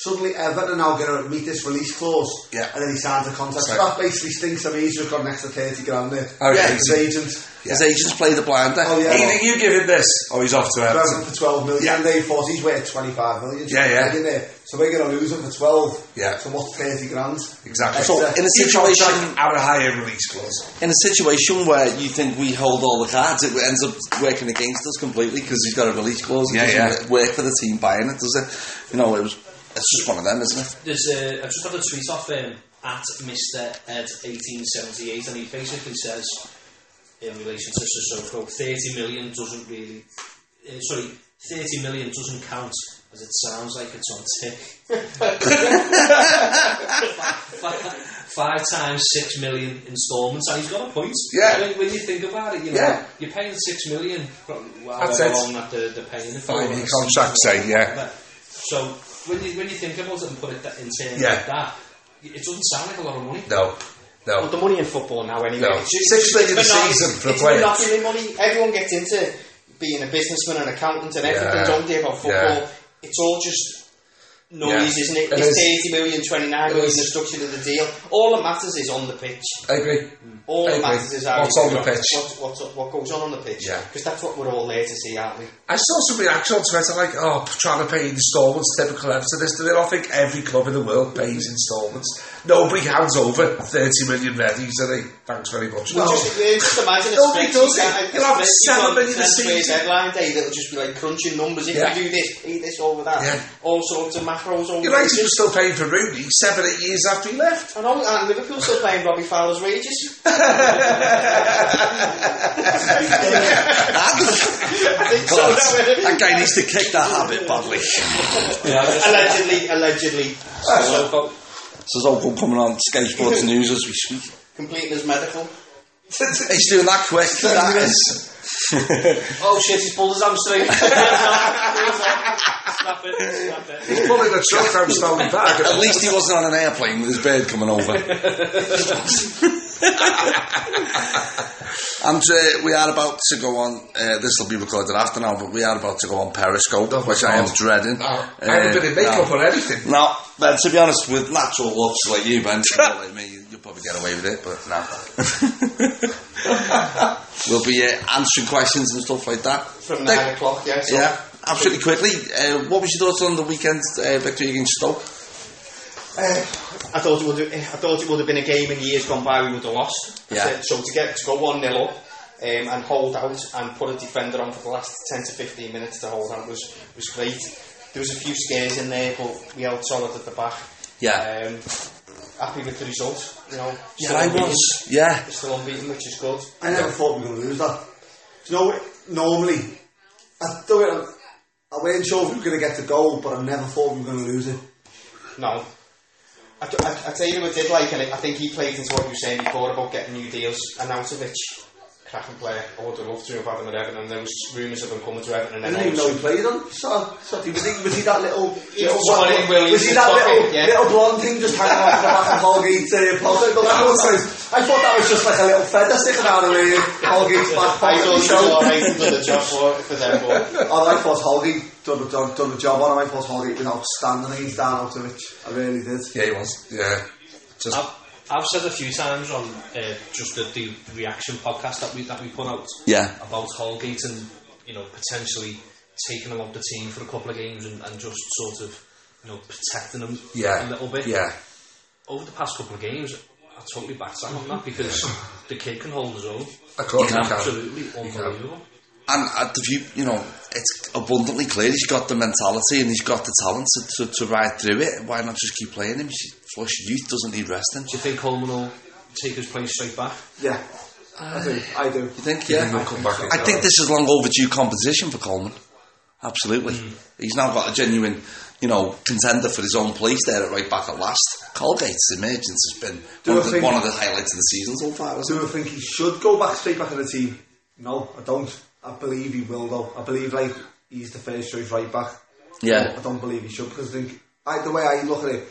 F: Suddenly Everton are now going to meet this release clause,
E: Yeah.
F: and then he signs a contract. So
E: Right.
F: that basically stinks of me. He's just got an extra thirty grand there.
E: Oh, yeah,
F: his
E: easy.
F: agent.
A: His agents play the blinder.
F: Oh yeah,
E: Either you give him this, or he's off to Everton.
F: Everton for 12 million.
E: Yeah.
F: And they thought he's worth 25 million.
E: Yeah, yeah.
F: In there. So we're going to lose him for 12.
E: Yeah.
F: So what's 30 grand?
E: Exactly.
A: So, in a
E: You
A: situation-
E: contract and a higher release clause.
A: In a situation where you think we hold all the cards, it ends up working against us completely because he's got a release clause. It
E: Yeah,
A: doesn't
E: yeah.
A: work for the team buying it, does it? You know, it was. It's just one of them, isn't it?
C: there's a, I've just got a tweet off um, at Mr. Ed1878, and he basically says, in relation to Sissoko. 30 million doesn't really. eh, sorry, 30 million doesn't count as it sounds like it's on tick. five, five times 6 million installments, and he's got a point.
D: Yeah.
C: When, when you think about it, you know,
D: Yeah.
C: you're paying 6 million, probably,
D: That's
C: however
D: it.
C: long that they're, they're paying it for.
D: Five-year contract, say, yeah.
C: But- So when you, when you think about it and put it that, in terms
D: Yeah.
C: like that, it doesn't sound like a lot of money.
D: No,
B: But
D: no,
B: the money in football now, anyway.
D: No.
B: it's just-
D: Six million a
B: it's monopoly-
D: season for a
B: it's
D: player.
B: monopoly money. Everyone gets into being a businessman and accountant and everything,
D: Yeah.
B: don't they, about football?
D: Yeah.
B: It's all just noise,
D: Yeah.
B: isn't it?
D: It
B: it's
D: is.
B: 30 million,
D: It
B: 29 million,
D: is.
B: the structure of the deal. All that matters is on the pitch.
D: I agree.
B: All that
D: Okay.
B: matters is how
D: What's
B: you
D: on
B: do
D: the
B: it.
D: pitch?
B: What, what, what goes on on the pitch.
D: Yeah.
B: Because that's what we're all there to see, aren't we?
D: I saw some reaction on Twitter like, oh, trying to pay instalments, typical Everton this, and I think every club in the world pays instalments. Nobody hands over 30 million ready, so they, thanks very much.
B: Well, just, yeah, just imagine a
D: Nobody
B: spreadsheet
D: does it.
B: that-
D: You'll have
B: spreadsheet
D: seven
B: on
D: million a
B: Sainsbury's
D: season.
B: headline day that'll just be like crunching numbers. If
D: Yeah.
B: you do this, eat this over that,
D: Yeah.
B: all sorts of macros over
D: United
B: this.
D: was still paying for Rooney seven, eight years after he left.
B: And, all, and Liverpool still playing Robbie Fowler's wages. I think so.
A: that guy needs to kick that habit badly.
B: allegedly, allegedly,
C: Sissoko.
A: So there's one coming on Sky Sports News as we speak.
B: completing his medical.
A: He's doing that quick. That is.
C: Oh shit, he's pulled his hamstring. Snap it, snap it.
D: He's pulling a truck down Stanley Park.
A: At least he wasn't on an airplane with his bird coming over. and uh, we are about to go on. Uh, this will be recorded after now, but we are about to go on Periscope,
D: Oh,
A: which I am
D: God.
A: dreading. Uh,
D: Oh, I haven't been in makeup
A: no.
D: or anything.
A: No, but to be honest, with natural looks like you, Ben, people like me, you'll probably get away with it, but no. we'll be uh, answering questions and stuff like that.
B: From
A: Dick,
B: nine o'clock, yeah. So
A: yeah, absolutely quickly. Uh, what was your thoughts on the weekend's uh, victory against Stoke?
B: I thought it would. Have, I thought it would have been a game in years gone by we would have lost.
A: Yeah.
B: So, so to get to go one 0 up um, and hold out and put a defender on for the last ten to fifteen minutes to hold out was was great. There was a few scares in there, but we held solid at the back.
A: Yeah.
B: Um, happy with the result. You know.
A: Yeah,
B: still
A: I
B: unbeaten.
A: was. Yeah,
B: We're still unbeaten, which is good.
F: I never thought we were going to lose that. Do you know, what? normally, I do it. I weren't sure if we were going to get the goal, but I never thought we were going to lose it.
B: No. I, t- I- I tell you who I did like, and I think he played into what you were saying before about getting new deals. Anautovic, cracking player. I would have loved to have had him at Everton. There was rumours of him coming to Everton, and
F: I
B: then I was,
F: didn't even know he played on. So, so he- was, he, was he that little? little
B: was somebody in Williams'
F: was he that
B: pocket,
F: little,
B: yeah.
F: little blonde thing just hanging off the back of Holgate's uh, pocket? But that was, I thought that was just like a little feather sticking out of uh, Holgate's back
B: I
F: pocket.
B: thought he
F: So-
B: was alright for the job for, for them, but
F: Oh, I thought Holgate done the job, done the job on him. I thought Holgate was outstanding against Dan Altovich. I really did.
D: Yeah, he was. Yeah. Just,
C: I've, I've said a few times on uh, just the, the reaction podcast that we that we put out
A: Yeah.
C: about Holgate and you know potentially taking him off the team for a couple of games and, and just sort of you know protecting him
D: yeah.
C: a little bit
D: Yeah.
C: over the past couple of games. I totally backed that on that because the kid can hold his own.
D: Of course he can.
C: absolutely unbelievable.
A: and at the view, you know, it's abundantly clear he's got the mentality and he's got the talent to, to, to ride through it. Why not just keep playing him? He's flush youth doesn't need resting.
C: Do you think Coleman will take his place straight back?
F: Yeah, I do. I do.
A: You think? Yeah,
D: he'll come back in?
A: I think this is long overdue competition for Coleman. Absolutely, he's now got a genuine, you know, contender for his own place there at right back at last. Colgate's emergence has been one
F: Do I
A: of, the,
F: think-
A: one of the highlights of the season so far. Isn't
F: Do I think he should go back straight back in the team? No, I don't. I believe he will though. I believe like he's the first choice right back.
A: Yeah.
F: But I don't believe he should because I think I, the way I look at it,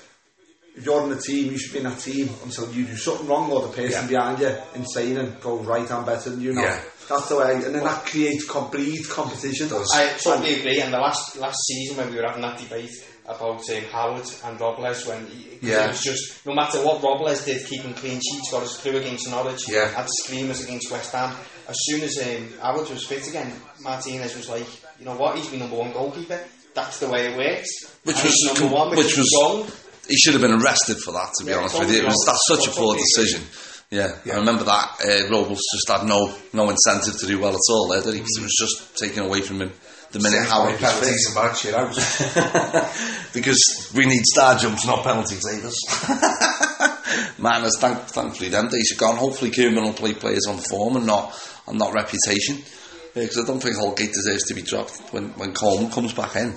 F: if you're in a team, you should be in a team until you do something wrong or the person behind you insane and go right I'm better than you. Now.
D: Yeah.
F: That's the way, and then that creates com- breeds competition.
D: Does.
B: I totally agree. And the last last season when we were having that debate about um, Howard and Robles, when he, 'cause
D: Yeah.
B: it was just no matter what Robles did, keeping clean sheets, got us through against Norwich,
D: Yeah.
B: had screamers against West Ham. As soon as um, Howard was fit again, Martinez was like, you know what, he's been number one goalkeeper. That's the way it works.
A: Which
B: And
A: was
B: he's
A: com-
B: number one, which,
A: which
B: was
A: was-
B: wrong.
A: he should have been arrested for that. To be
B: Yeah,
A: honest with you, it was
B: totally
A: that's such a poor
B: wrong.
A: decision. Yeah, I remember that. Uh, Robles just had no no incentive to do well at all there, did he? 'Cause it was just taken away from him the minute Howard was fit.
D: penalties and bad shit. I was
A: because we need star jumps, not penalties either. Miners, thank, thankfully, them days are gone. Hopefully, Koeman will play players on form and not and not reputation. Because I don't think Holgate deserves to be dropped when, when Coleman comes back in.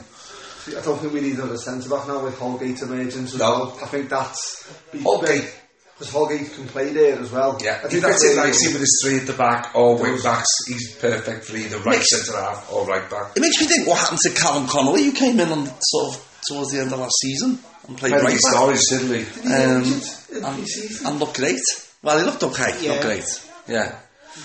F: I don't think we need another centre back now with Holgate emergence as
A: No.
F: well. I think that's
E: Holgate.
F: because Holgate can play there as well.
E: Yeah,
F: I
E: he
F: think
E: fits in
F: where-
E: nicely with his three at the back or wing backs. He's perfect for either right
A: Mix.
E: centre half or right back.
A: It makes me think what happened to Callum Connolly, who came in on the, sort of towards the end of last season and played
E: Right
A: right
E: he
A: back.
E: started, didn't he?
A: Um,
F: In
A: and,
F: pre-season.
A: and looked great. Well, he looked okay. Not great. Yeah.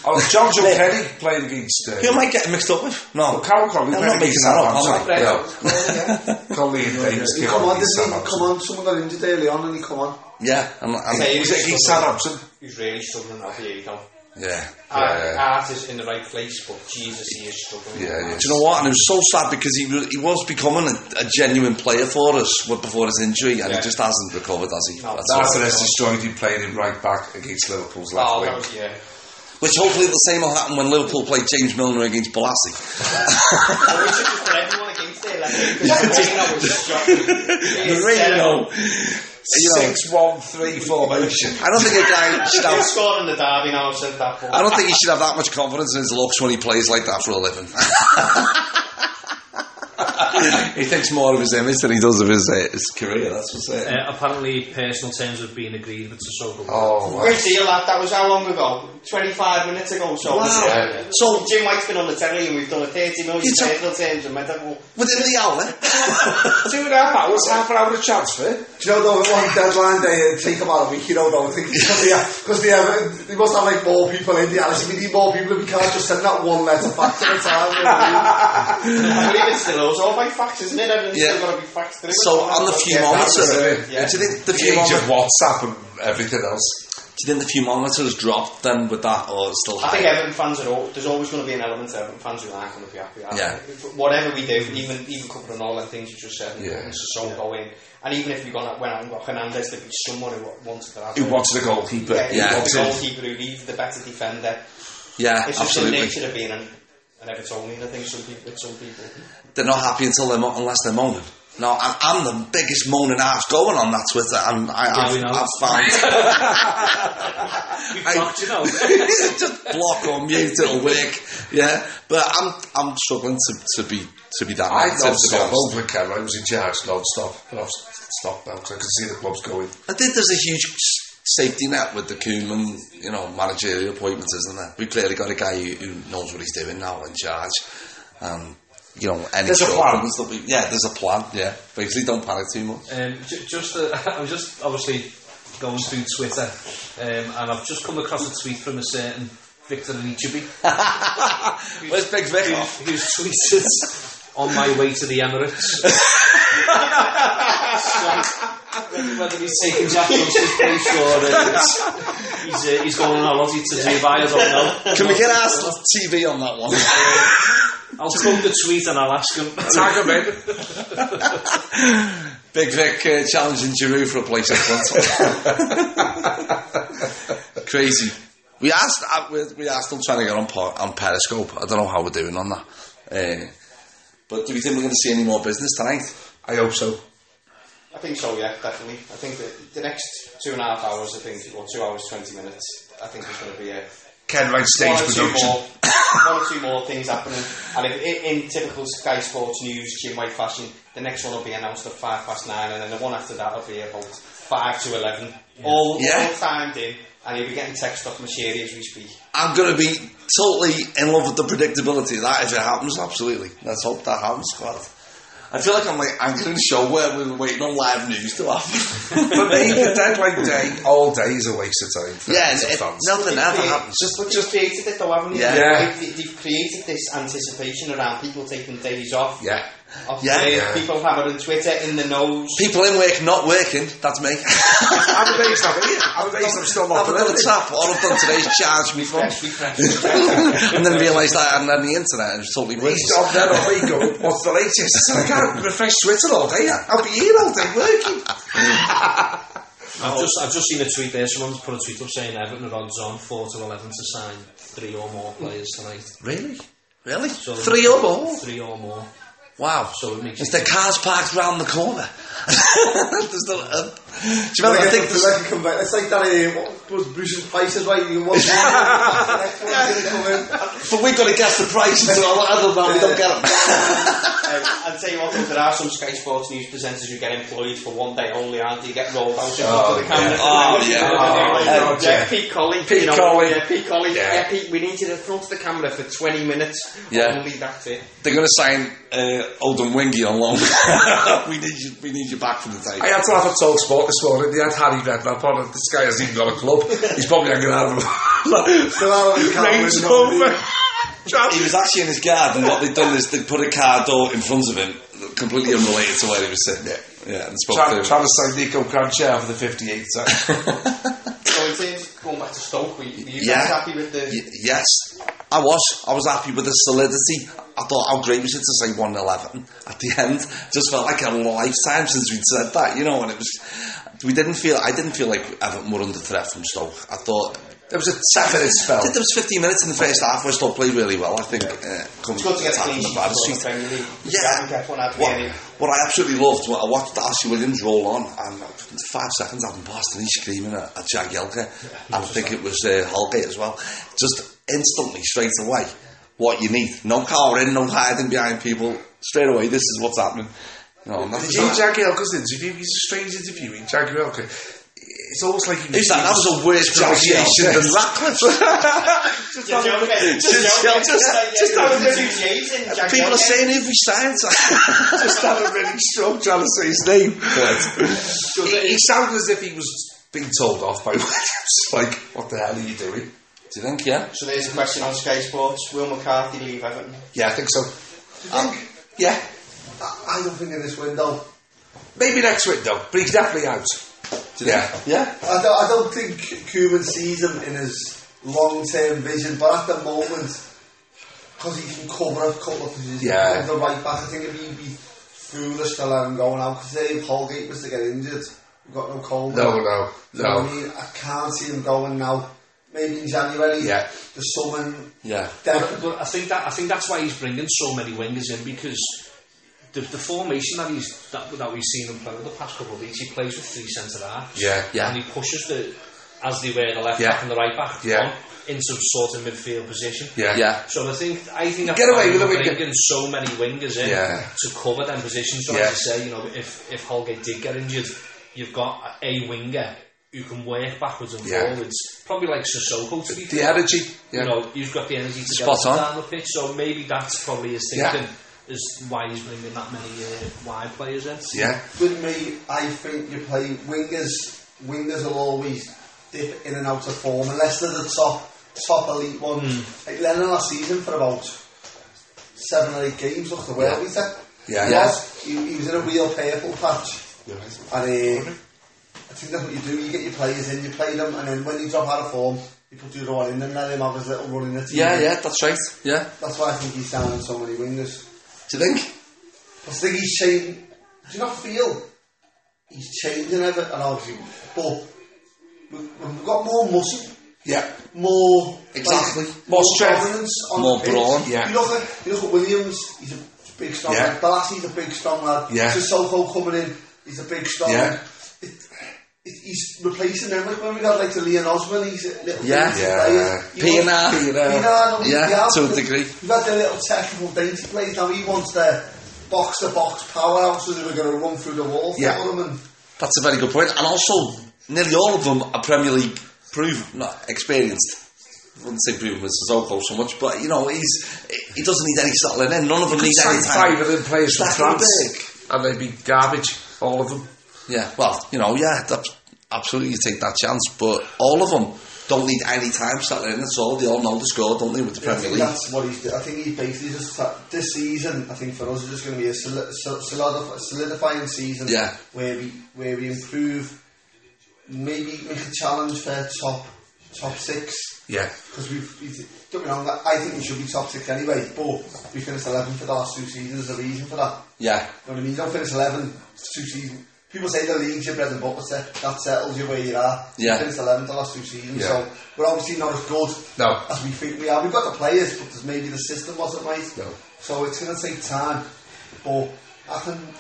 E: Oh, John Joe Kenny playing against. Uh,
A: Who am I getting mixed up with? No.
E: Oh, Carol Conley
A: I'm
E: playing
A: not making
E: against
A: that up. am I?
E: Southampton. No, Conley and Davis
F: He
E: came
F: come on,
E: on against
F: didn't he? Come
E: Southampton.
F: on, someone got injured early on and he come on.
A: Yeah. I'm, I'm,
C: Yeah,
E: He was against Southampton.
C: He's really struggling now for Yericho.
A: yeah.
C: Art Art is in the right place, but Jesus, he is struggling.
E: Yeah, yeah.
A: Do you know what? And it was so sad because he was, he was becoming a, a genuine player for us w- before his injury, and
C: Yeah.
A: he just hasn't recovered, has he?
C: No,
A: That's all.
E: That's the rest destroyed him playing him right back against Liverpool's left
C: Oh,
E: wing.
C: that was, yeah.
A: Which hopefully the same will happen when Liverpool play James Milner against Balassi.
C: Well, we should just put everyone against there, like, because Moreno was shocking.
A: Moreno. You know,
E: Six one three formation.
A: I don't think a guy should
C: He
A: have.
C: scored in the derby now, I've said that, but
A: I don't think he should have that much confidence in his looks when he plays like that for a living. he thinks more of his image than he does of his, uh, his career. That's what's it.
C: Uh, apparently, personal terms have been agreed with Sissoko.
E: Oh, wow.
B: Great deal, lad. That was how long ago? 25 minutes ago, so.
A: Wow. So
B: Jim White's been on the telly and we've done a 30 million
A: You took-
B: personal terms and medical.
A: within the hour,
E: Two and a half hours, half an hour of transfer.
F: Do you know though, on deadline day, it'd uh, take about a week, you know, though, because they, have, they must have like more people in the Alice. We need more people, we can't just send that one letter back to the time. you know what I mean?
B: I believe it's still us. All by fax, isn't it? Everything's
A: Yeah.
B: still got to be faxed through.
A: so on the
E: that's
A: fumometer,
E: it.
A: do you think the
E: The age
A: fumometer
E: of WhatsApp and everything else.
A: Do you think the fumometer has dropped then with that, or it's still
B: I think
A: high?
B: Everton fans are all, there's always going to be an element to Everton fans who aren't going to be happy. aren't
A: Yeah.
B: they? Whatever we do, even even covering all the things you just said,
E: Yeah.
B: yeah. so go in. And even if we gone went out and got Hernandez, there'd be someone who wa- wanted to have
E: Who
B: him.
E: wanted a goalkeeper?
B: yeah,
E: Who
B: yeah.
A: Yeah.
B: the
E: wanted-
B: goalkeeper who leaves the better defender.
A: Yeah,
B: It's just the
A: absolutely.
B: nature of being an, an Evertonian. I think some people, with some people.
A: They're not happy until they're mo- unless they're moaning. No, I'm, I'm the biggest moaning ass going on that Twitter, and I, I've,
C: we
A: I've
C: know.
A: found
C: We've
A: I-
C: blocked, you know.
A: just block or mute it'll work. Yeah, but I'm I'm struggling to, to be to be that.
E: I
A: active, to be
E: non-stop
A: honest.
E: over Ken. I was in charge non-stop. And I've stopped now because I can see the club's going.
A: I think there's a huge s- safety net with the Koeman, you know, managerial appointments, isn't there? We've clearly got a guy who, who knows what he's doing now in charge. Um, you know, any
E: There's a plan.
A: shortcomings, there'll be- yeah, there's a plan. Yeah, basically, don't panic too much.
C: Um, ju- just, uh, I was just obviously going through Twitter, um, and I've just come across a tweet from a certain Victor Nichibi,
A: Where's Big Vic? off?
C: who's tweeted, "On my way to the Emirates." So, whether he's taking Jack Wilson's place or uh, he's, uh, he's going on a holiday to Dubai, I don't know.
A: Can we get Arsenal TV on that one?
C: I'll quote the tweet and I'll ask him.
E: Tag him in.
A: Big Vic uh, challenging Giroud for a place up front. Crazy. We asked. Uh, we we are still trying to get on per, on Periscope. I don't know how we're doing on that. Uh, but do we think we're going to see any more business tonight?
E: I hope so.
B: I think so, yeah, definitely. I think that the next two and a half hours, I think, or two hours, 20 minutes, I think there's going to be a
E: Ken Wright stage
B: one or two
E: production.
B: more, one or two more things happening. And if, in, in typical Sky Sports news, Jim White fashion, the next one will be announced at five past nine, and then the one after that will be about five to eleven. All,
A: Yeah.
B: all timed in, and you'll be getting text off Machiri as we speak.
A: I'm going to be totally in love with the predictability of that if it happens. Absolutely. Let's hope that happens, squad. I feel like I'm like anchoring a show where we were waiting on live news to happen.
E: For me, the deadline day, all day is a waste of time. For
A: yeah,
E: for
A: it, it,
E: fans.
A: nothing ever
B: They-
A: happens. Just
B: they've created it though, haven't they?
A: Yeah.
E: Yeah.
B: They, have created this anticipation around people taking days off.
E: Yeah.
B: off
A: Yeah.
B: days,
E: Yeah.
B: People having Twitter in the nose.
A: people in work not working. That's me.
E: I'm amazed I'm here. I'm amazed I'm still not
A: I've done a
E: delivering.
A: tap. All I've done today is charge me phone,
B: Fresh, refresh,
A: and then realised I hadn't had any internet. It was totally
E: He's
A: worthless.
E: on there all day going, what's the latest? I can't refresh Twitter all day. I'll be here all day working.
C: I've just I've just seen a tweet there. Someone's put a tweet up saying Everton are odds on four to eleven to sign three or more players tonight.
A: Really, really,
C: So-
A: three or more.
C: Three or more.
A: Wow.
C: So it makes
A: Is
C: you-
A: the cars parked round the corner? There's no, uh, do you remember? I think there's-
F: like a conve- It's like that. Uh, what was Bruce's prices right? You want the next one's gonna come in.
A: but we've got to guess the prices and all that other man. We don't get them.
B: Um, I'll tell you what, though, there are some Sky Sports news presenters who get employed for one day only, aren't they? You get rolled out in front of the
A: yeah.
B: camera.
A: Oh,
B: And
A: yeah.
B: then-
A: Oh,
B: yeah,
A: yeah.
B: yeah, Pete Colley.
A: Pete
B: you know,
A: Colley.
B: Yeah, Pete Colley.
A: Yeah.
B: Yeah. Pete, we need you in front of the camera for 20 minutes.
A: Yeah.
B: Only that's it.
A: They're going to sign uh, Oldham Wingy on loan. we need you. We need you back for the day.
E: I had to have a talk sport this morning. They had Harry Redknapp on, and this guy hasn't even got a club. He's probably hanging out of
F: Still out of the car.
E: Range
F: we're not-
E: Rover.
A: he was actually in his guard, and what they'd done is they'd put a car door in front of him, completely unrelated to where he was sitting. Yeah, yeah and spoke to
E: Trying
A: him.
E: trying to sign Nico Cranchair for the 58th time.
B: So in terms of going back to Stoke, were you, were you
A: Yeah.
B: guys happy with the...
A: Y- yes, I was. I was happy with the solidity. I thought, how great was it to say 1 11 at the end? Just felt like a lifetime since we'd said that, you know, and it was. We didn't feel. I didn't feel like Everton were under threat from Stoke. I thought.
E: There was a 10 minute
A: I
E: spell.
A: think there was 15 minutes in the first half where Stoke played really well, I think. Uh, comes
B: It's good to get a clean sheet
A: bad
B: before the
A: sheet.
B: Premier League.
A: Yeah.
B: You haven't kept one out of
A: What,
B: any.
A: what I absolutely loved, when I watched Darcy Williams roll on, and five seconds hadn't passed, and he's screaming at, at Jack Yelka, and I think it was uh, Holgate as well. Just instantly, straight away, what you need. No car in, no hiding behind people. Straight away, this is what's happening. You know, and that's
E: Did you hear Jackie Elker's interview? He's a strange interview. with Jackie Elker. It's almost like he
A: Who's that? That was a worse pronunciation than Ratcliffe.
B: Just have
A: Just-
B: a bit- just have a bit-
A: just-
B: yeah,
A: just
B: yeah,
A: have a
B: there's
A: bit-
B: two J's in Jack
A: People are
B: York.
A: saying who we signed. Just
E: had a really strong trying to say his name. he, he sounded as if he was being told off by Williams. Like, what the hell are you doing?
A: Do you think, yeah?
B: So there's a question on Sky Sports. Will McCarthy leave Everton?
E: Yeah, I think so. Um, yeah,
F: I I don't think in this window.
E: maybe next window, but he's definitely out. Yeah,
A: Yeah.
F: I don't, I don't think Cuban sees him in his long term vision, but at the moment, because he can cover a couple of positions,
E: Yeah.
F: of the right back, I think if he'd be foolish to let him go now, because if Holgate was to get injured, we've got no Coleman.
E: no, no,
F: You know what I
E: no.
F: mean, I can't see him going now. Maybe in January,
E: Yeah.
F: the summon.
A: Yeah.
F: Devon.
C: But, but I think that I think that's why he's bringing so many wingers in because the, the formation that he's that, that we've seen him play over the past couple of weeks, he plays with three centre halves.
E: Yeah, yeah.
C: And he pushes the as they were the left
E: Yeah.
C: back and the right back
E: Yeah.
C: on into sort of midfield position.
E: Yeah,
A: Yeah.
C: So I think I think that's
E: Get away
C: why
E: with
C: we're
E: the winger.
C: bringing so many wingers in
E: Yeah.
C: to cover them positions. So
E: Yeah.
C: as you say, you know, if if Holgate did get injured, you've got a winger who can work backwards and
E: Yeah.
C: forwards, probably like Sissoko to be
E: The
C: fair
E: energy. Yeah.
C: you know, he's got the energy to
A: Spot
C: get up and
A: on.
C: down the pitch. So maybe that's probably his
E: Yeah.
C: thinking is why he's bringing that many uh, wide players in.
E: Yeah.
F: With me, I think you play wingers. Wingers will always dip in and out of form unless they're the top top elite ones.
E: Hmm.
F: Like Lennon last season for about seven or eight games looked the world beater.
E: Yeah.
F: he
E: Yeah.
F: was. He, he was in a real purple patch, and uh, I think that's what you do. You get your players in, you play them, and then when they drop out of form, you put the other one in, and let him have his little run in the team.
A: Yeah, yeah, that's right. Yeah.
F: That's why I think he's signing so many wingers.
A: Do you think?
F: I think he's changing. Do you not feel he's changing ever and obviously, but we've, we've got more muscle,
E: Yeah.
F: more
A: Exactly.
F: like,
E: More strength.
F: dominance on
A: More
F: the pitch.
A: brawn.
E: Yeah.
F: You look at you look at Williams. He's a big strong
E: Yeah.
F: lad. Balassy's a big strong lad.
E: Yeah.
F: Sissoko coming in. He's a big strong.
E: Yeah.
F: lad. It, it, he's replacing them. Like when we got like the Leon Osman, he's a little
A: Yeah.
F: dainty
E: Yeah.
F: player. You know,
A: Pienaar.
F: Pienaar, and
A: Yeah,
F: Diaby.
A: to a degree.
F: We've had their little technical dainty plays now. He wants their box to box powerhouses who are going to run through the wall
E: Yeah.
F: for them. And
A: That's a very good point. And also, nearly all of them are Premier League proven, not experienced. I wouldn't say proven with Sissoko so much, but you know, he's he doesn't need any settling in. eh? None of them need any
E: Sign
A: time.
E: five of them players from
A: That's big.
E: France, and they'd be garbage, all of them.
A: Yeah, well, you know, yeah, that's, absolutely you take that chance, but all of them don't need any time settling in at all. They all know the score, don't they, with the
F: I
A: Premier
F: think
A: League?
F: that's what he's. do- I think he's basically just that- this season. I think for us, it's just going to be a soli- sol- solidif- solidifying season.
A: Yeah.
F: where we where we improve, maybe make a challenge for top top six.
E: Yeah.
F: Because we've, we've- don't get me wrong, I think we should be top six anyway, but we finished 11 for the last two seasons, there's a reason for that.
A: Yeah,
F: You know what I mean? You don't finish 11 two seasons. People say the league's your bread and butter, set- that settles you where you are.
A: Yeah.
F: We finished 11 the last two seasons,
E: Yeah.
F: so we're obviously not as good
E: No.
F: as we think we are. We've got the players, but there's maybe the system wasn't right.
E: No.
F: So it's going to take time. but I can.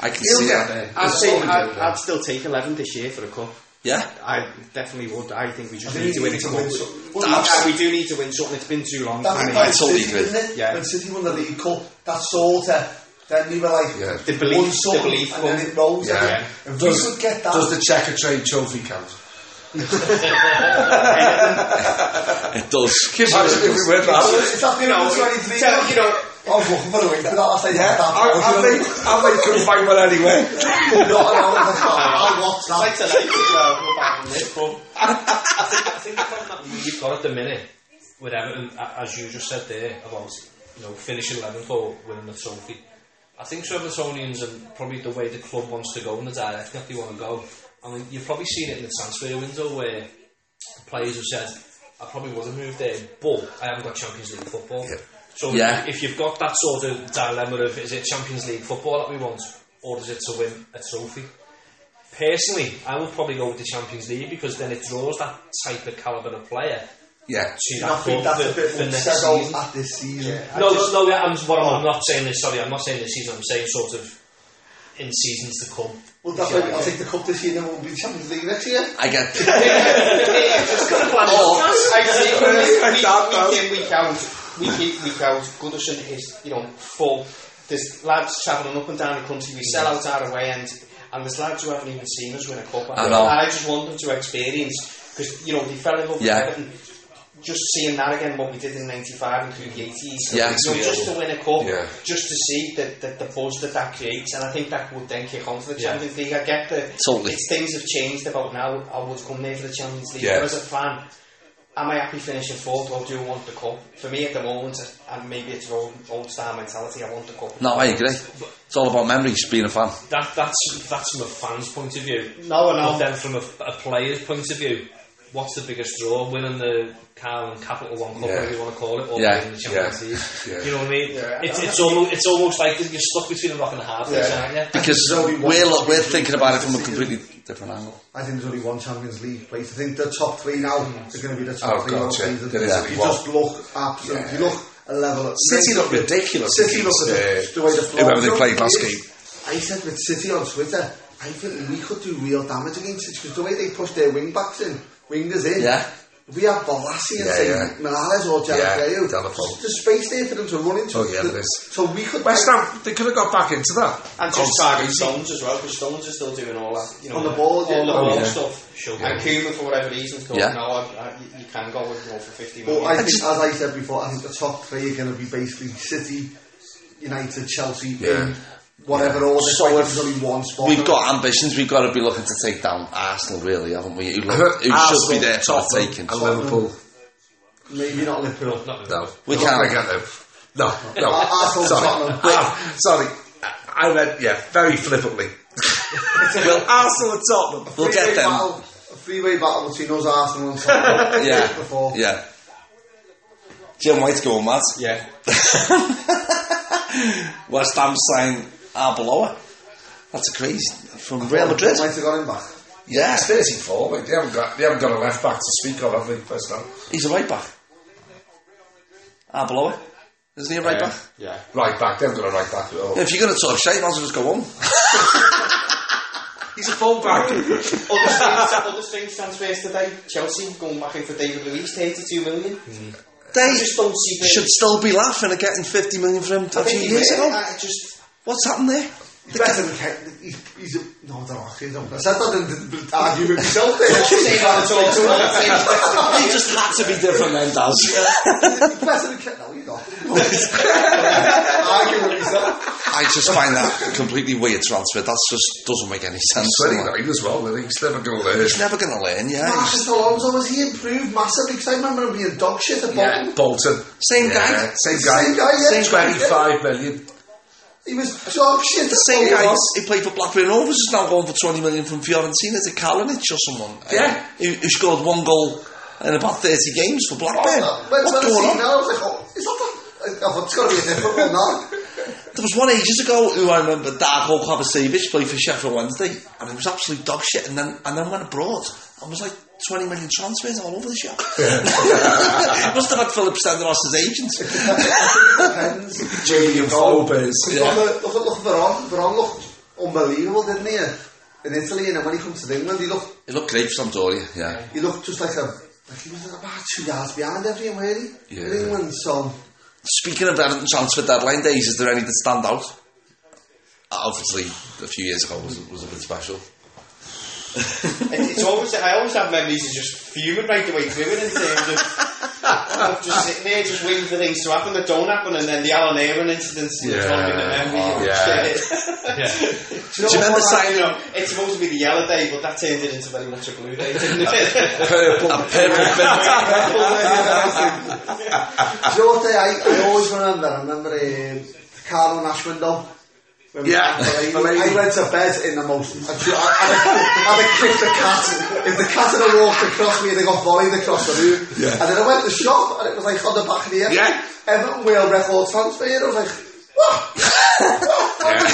A: I can
D: He'll
A: see
D: get
A: that.
D: there.
B: I'd,
D: There's
B: say,
D: always
B: I'd,
D: hope there.
B: I'd still take 11 this year for a cup.
A: Yeah.
B: I definitely would. I think we just
F: I
B: need
F: think
B: to
F: we
B: win a
F: need to
B: cup.
F: win something.
B: Well,
F: That's-
B: yeah, we do need to win something. It's been too long.
F: That's
B: for me.
F: like
A: totally
F: City,
A: agree.
F: isn't it?
B: Yeah.
F: When City won the League Cup, that sort of. Then we were like,
D: Yeah.
B: The belief-
F: one sort,
B: the belief
F: and then
B: one.
F: it rolls.
D: Yeah.
F: again. If we could get that,
D: Does the checker trade trophy count?
A: It does.
D: Imagine if we went that.
F: It's up, you know, 23
B: tell- you know,
F: I was looking for a wing for that. I said, yeah,
D: Yeah,
F: that
D: I,
F: was
D: I, think, I think couldn't find one anyway.
F: not an hour. I watched that.
B: Like tonight, uh, we're back on this, but I think, I think the problem that
C: You've got at the minute with Everton, a- as you just said there, about you know finishing 11th or winning the trophy. I think to Evertonians and probably the way the club wants to go and the direction that they want to go, I mean, you've probably seen it in the transfer window where players have said, I probably would have moved there, but I haven't got Champions League football. So
A: Yeah.
C: if you've got that sort of dilemma of is it Champions League football that we want or is it to win a trophy? Personally, I would probably go with the Champions League because then it draws that type of calibre of player
A: Yeah.
C: to
F: And I
C: that
F: think
C: club
F: that's
C: for,
F: a bit
C: for
F: more
C: next
F: settled
C: season.
F: at this season. I
C: No,
F: just- Oh.
C: no, yeah, I'm, what I'm, I'm not saying this. Sorry, I'm not saying this season. I'm saying sort of in seasons to come.
F: well, that's why I'll take the cup this year, then we'll be Champions League next year.
A: I get
B: I see when
D: Really? I
B: week,
D: can't know.
B: week in, week out, week in, week out, Goodison is, you know, full. There's lads travelling up and down the country, we sell out our away end, and there's lads who haven't even seen us win a cup.
A: I know.
B: And I just want them to experience, because, you know, they fell in love
A: Yeah.
B: with Everton. Just seeing that again, what we did in '95 and through the '80s,
A: Yeah.
B: you know, just to win a cup,
D: Yeah.
B: just to see the, the, the buzz that that creates, and I think that would then kick on to the
C: Yeah.
B: Champions League. I get that
A: Totally.
B: it's things have changed about now. I would come there for the Champions League,
D: Yeah.
B: but as a fan, am I happy finishing fourth or do I want the cup? For me at the moment, and maybe it's old, old star mentality, I want the cup.
A: No, I agree. It's all about memories, being a fan.
C: That that's that's from a fan's point of view.
B: No, I know.
C: But then from a, a player's point of view, what's the biggest draw? Winning the Carling Capital One
D: Yeah.
C: Cup, whatever you want to call it, or
A: Yeah.
C: winning the Champions
D: Yeah.
C: League.
D: Yeah.
C: You know what I mean?
B: Yeah.
C: It's, it's almost it's almost like you're stuck between a rock and a hard place,
F: Yeah.
C: aren't you?
A: Because
F: only one
A: we're, lo- we're
F: Champions
A: thinking
F: League
A: about it from a
F: this season.
A: completely different angle.
F: I think there's only one Champions League place. I think the top three now
C: Hmm.
F: are going to be the top
D: Oh,
F: three.
D: God,
F: all
D: yeah.
F: season.
D: There is only
F: You
D: one.
F: just look absolutely. You look a level. At
D: City look ridiculous
F: City look
D: against,
F: at the
D: uh,
F: way the floor-
D: whoever they played last
F: is-
D: game.
F: I said with City on Twitter, I think we could do real damage against City because the way they push their wing backs in, wingers in.
A: Yeah.
F: If We have Balassi and
D: Yeah,
F: say
D: yeah.
F: Morales or Jalapeno.
D: Yeah, Delafeu.
F: There's space there for them to run into.
D: Oh, yeah, there is.
F: So we could.
D: West Ham, they could have got back into that.
B: And just target Stones as well, because Stones is still doing all that, you know,
F: On the
B: all
F: ball,
B: the
F: yeah.
B: ball
F: Yeah.
B: stuff.
C: Oh, Sure.
B: And Koeman, for whatever reason, thought,
A: Yeah.
B: no, I, I, you can go with more for 50
F: But
B: million.
F: I think, as I said before, I think the top three are going to be basically City, United, Chelsea, in whatever order. So
A: So
F: there's only one spot.
A: We've got ambitions. We've got to be looking to take down Arsenal, really, haven't we? Who, look, who should be
D: Arsenal,
A: there for the
D: Tottenham
A: taking.
D: And Liverpool.
F: maybe not Liverpool.
C: Not
D: No.
A: We
D: We're not gonna
A: can't.
D: get them. No, no.
F: Arsenal,
D: Oh, sorry.
F: Tottenham.
D: Ah, sorry. I read, yeah, very flippantly. well, Arsenal and Tottenham.
A: We'll get them.
F: Battle, a three-way battle between us, Arsenal, and Tottenham.
A: Yeah.
F: Before.
A: Yeah. Jim White's going mad.
B: yeah.
A: West Ham signed Arbeloa. That's a crazy. From Real Madrid.
F: Might have got him back.
A: Yeah.
D: It's 34, mate. They haven't, got, they haven't got a left back to speak of, have they, West Ham?
A: He's a right back. Arbeloa. Isn't he a right back?
B: Yeah.
D: Right back, they haven't got a right back at all.
A: If you're going to talk shit, might as well just go on.
D: He's a full back.
B: Other things, other things transfers today. Chelsea going back in for David Luiz, 32 million.
A: They
B: I just don't see the-
A: should still be laughing at getting 50 million from him a few years
B: yeah,
A: ago.
B: I just
A: What's happened there?
F: He's better than Ke- he's, he's a, no, I don't know. Actually, I don't. I said that and didn't argue with myself there.
B: saying that at all. so I'm not saying he's better than-
A: He just had to be different then, Daz.
F: He's better than Ke- No, you're not. Arguing with myself.
A: I just find that completely weird transfer. That just doesn't make any sense. does it?
D: 29 as well, then he's never going to learn.
A: He's never going to learn, yeah.
F: Marcus Alonso, has he improved massively? Because I remember him being dog shit at
D: Yeah,
F: Bolton.
D: Bolton.
A: Same
D: Yeah,
A: guy.
D: Same guy.
F: Same guy, yeah.
D: Same 25 million.
F: He was dog shit at
A: the same
F: Bolton.
A: guy he played for Blackburn Rovers is now going for 20 million from Fiorentina to Kalinic or someone. uh,
D: Yeah.
A: who, who scored one goal in about 30 games for Blackburn.
F: When,
A: What's
F: when I
A: going
F: seen
A: on?
F: that, I was like, oh, is that the... I thought, it's got to be a different one now.
A: There was one ages ago who I remember, Darko Kovacevic, played for Sheffield Wednesday, and it was absolute dog shit. And then and then went abroad and was like, 20 million transfers all over the shop. Must have had Philip Senderos' agent.
F: Depends.
D: Julian Forbes.
A: Yeah.
F: Look, at- look, at- look at Veron. Veron looked unbelievable, didn't he? In Italy, and then when he comes to England, he looked
A: He looked great for Sampdoria, yeah.
F: he looked just like a like he was about two yards behind everyone, really.
A: Yeah.
F: In England, so
A: Speaking of Everton transfer deadline days, is there any that stand out? Obviously, a few years ago was, was a bit special.
B: It- it's always I always have memories of just fuming right the way through it in terms of I'm just sitting there just waiting for things to happen that don't happen and then the Alan Aaron incident is
D: Yeah.
B: one of the memories
D: Oh,
B: you
D: yeah.
B: Do you
A: remember
B: what,
A: signing-
B: like, you know, It's supposed to be the yellow day, but that turned it into very much a blue day, didn't it?
A: Purple. A purple bit.
F: Do you know what I, I always remember? I remember um, the Carlo Nash window. When we-
D: Yeah,
F: I,
D: the lady.
F: I went to bed in the most. I, I, I, I'd have kicked the cat. If the cat had walked across me, they got volleyed across the room.
D: Yeah.
F: And then I went to the shop, and it was like on the back of the head.
D: Yeah.
F: Everton world record transfer. And I was like, what? what was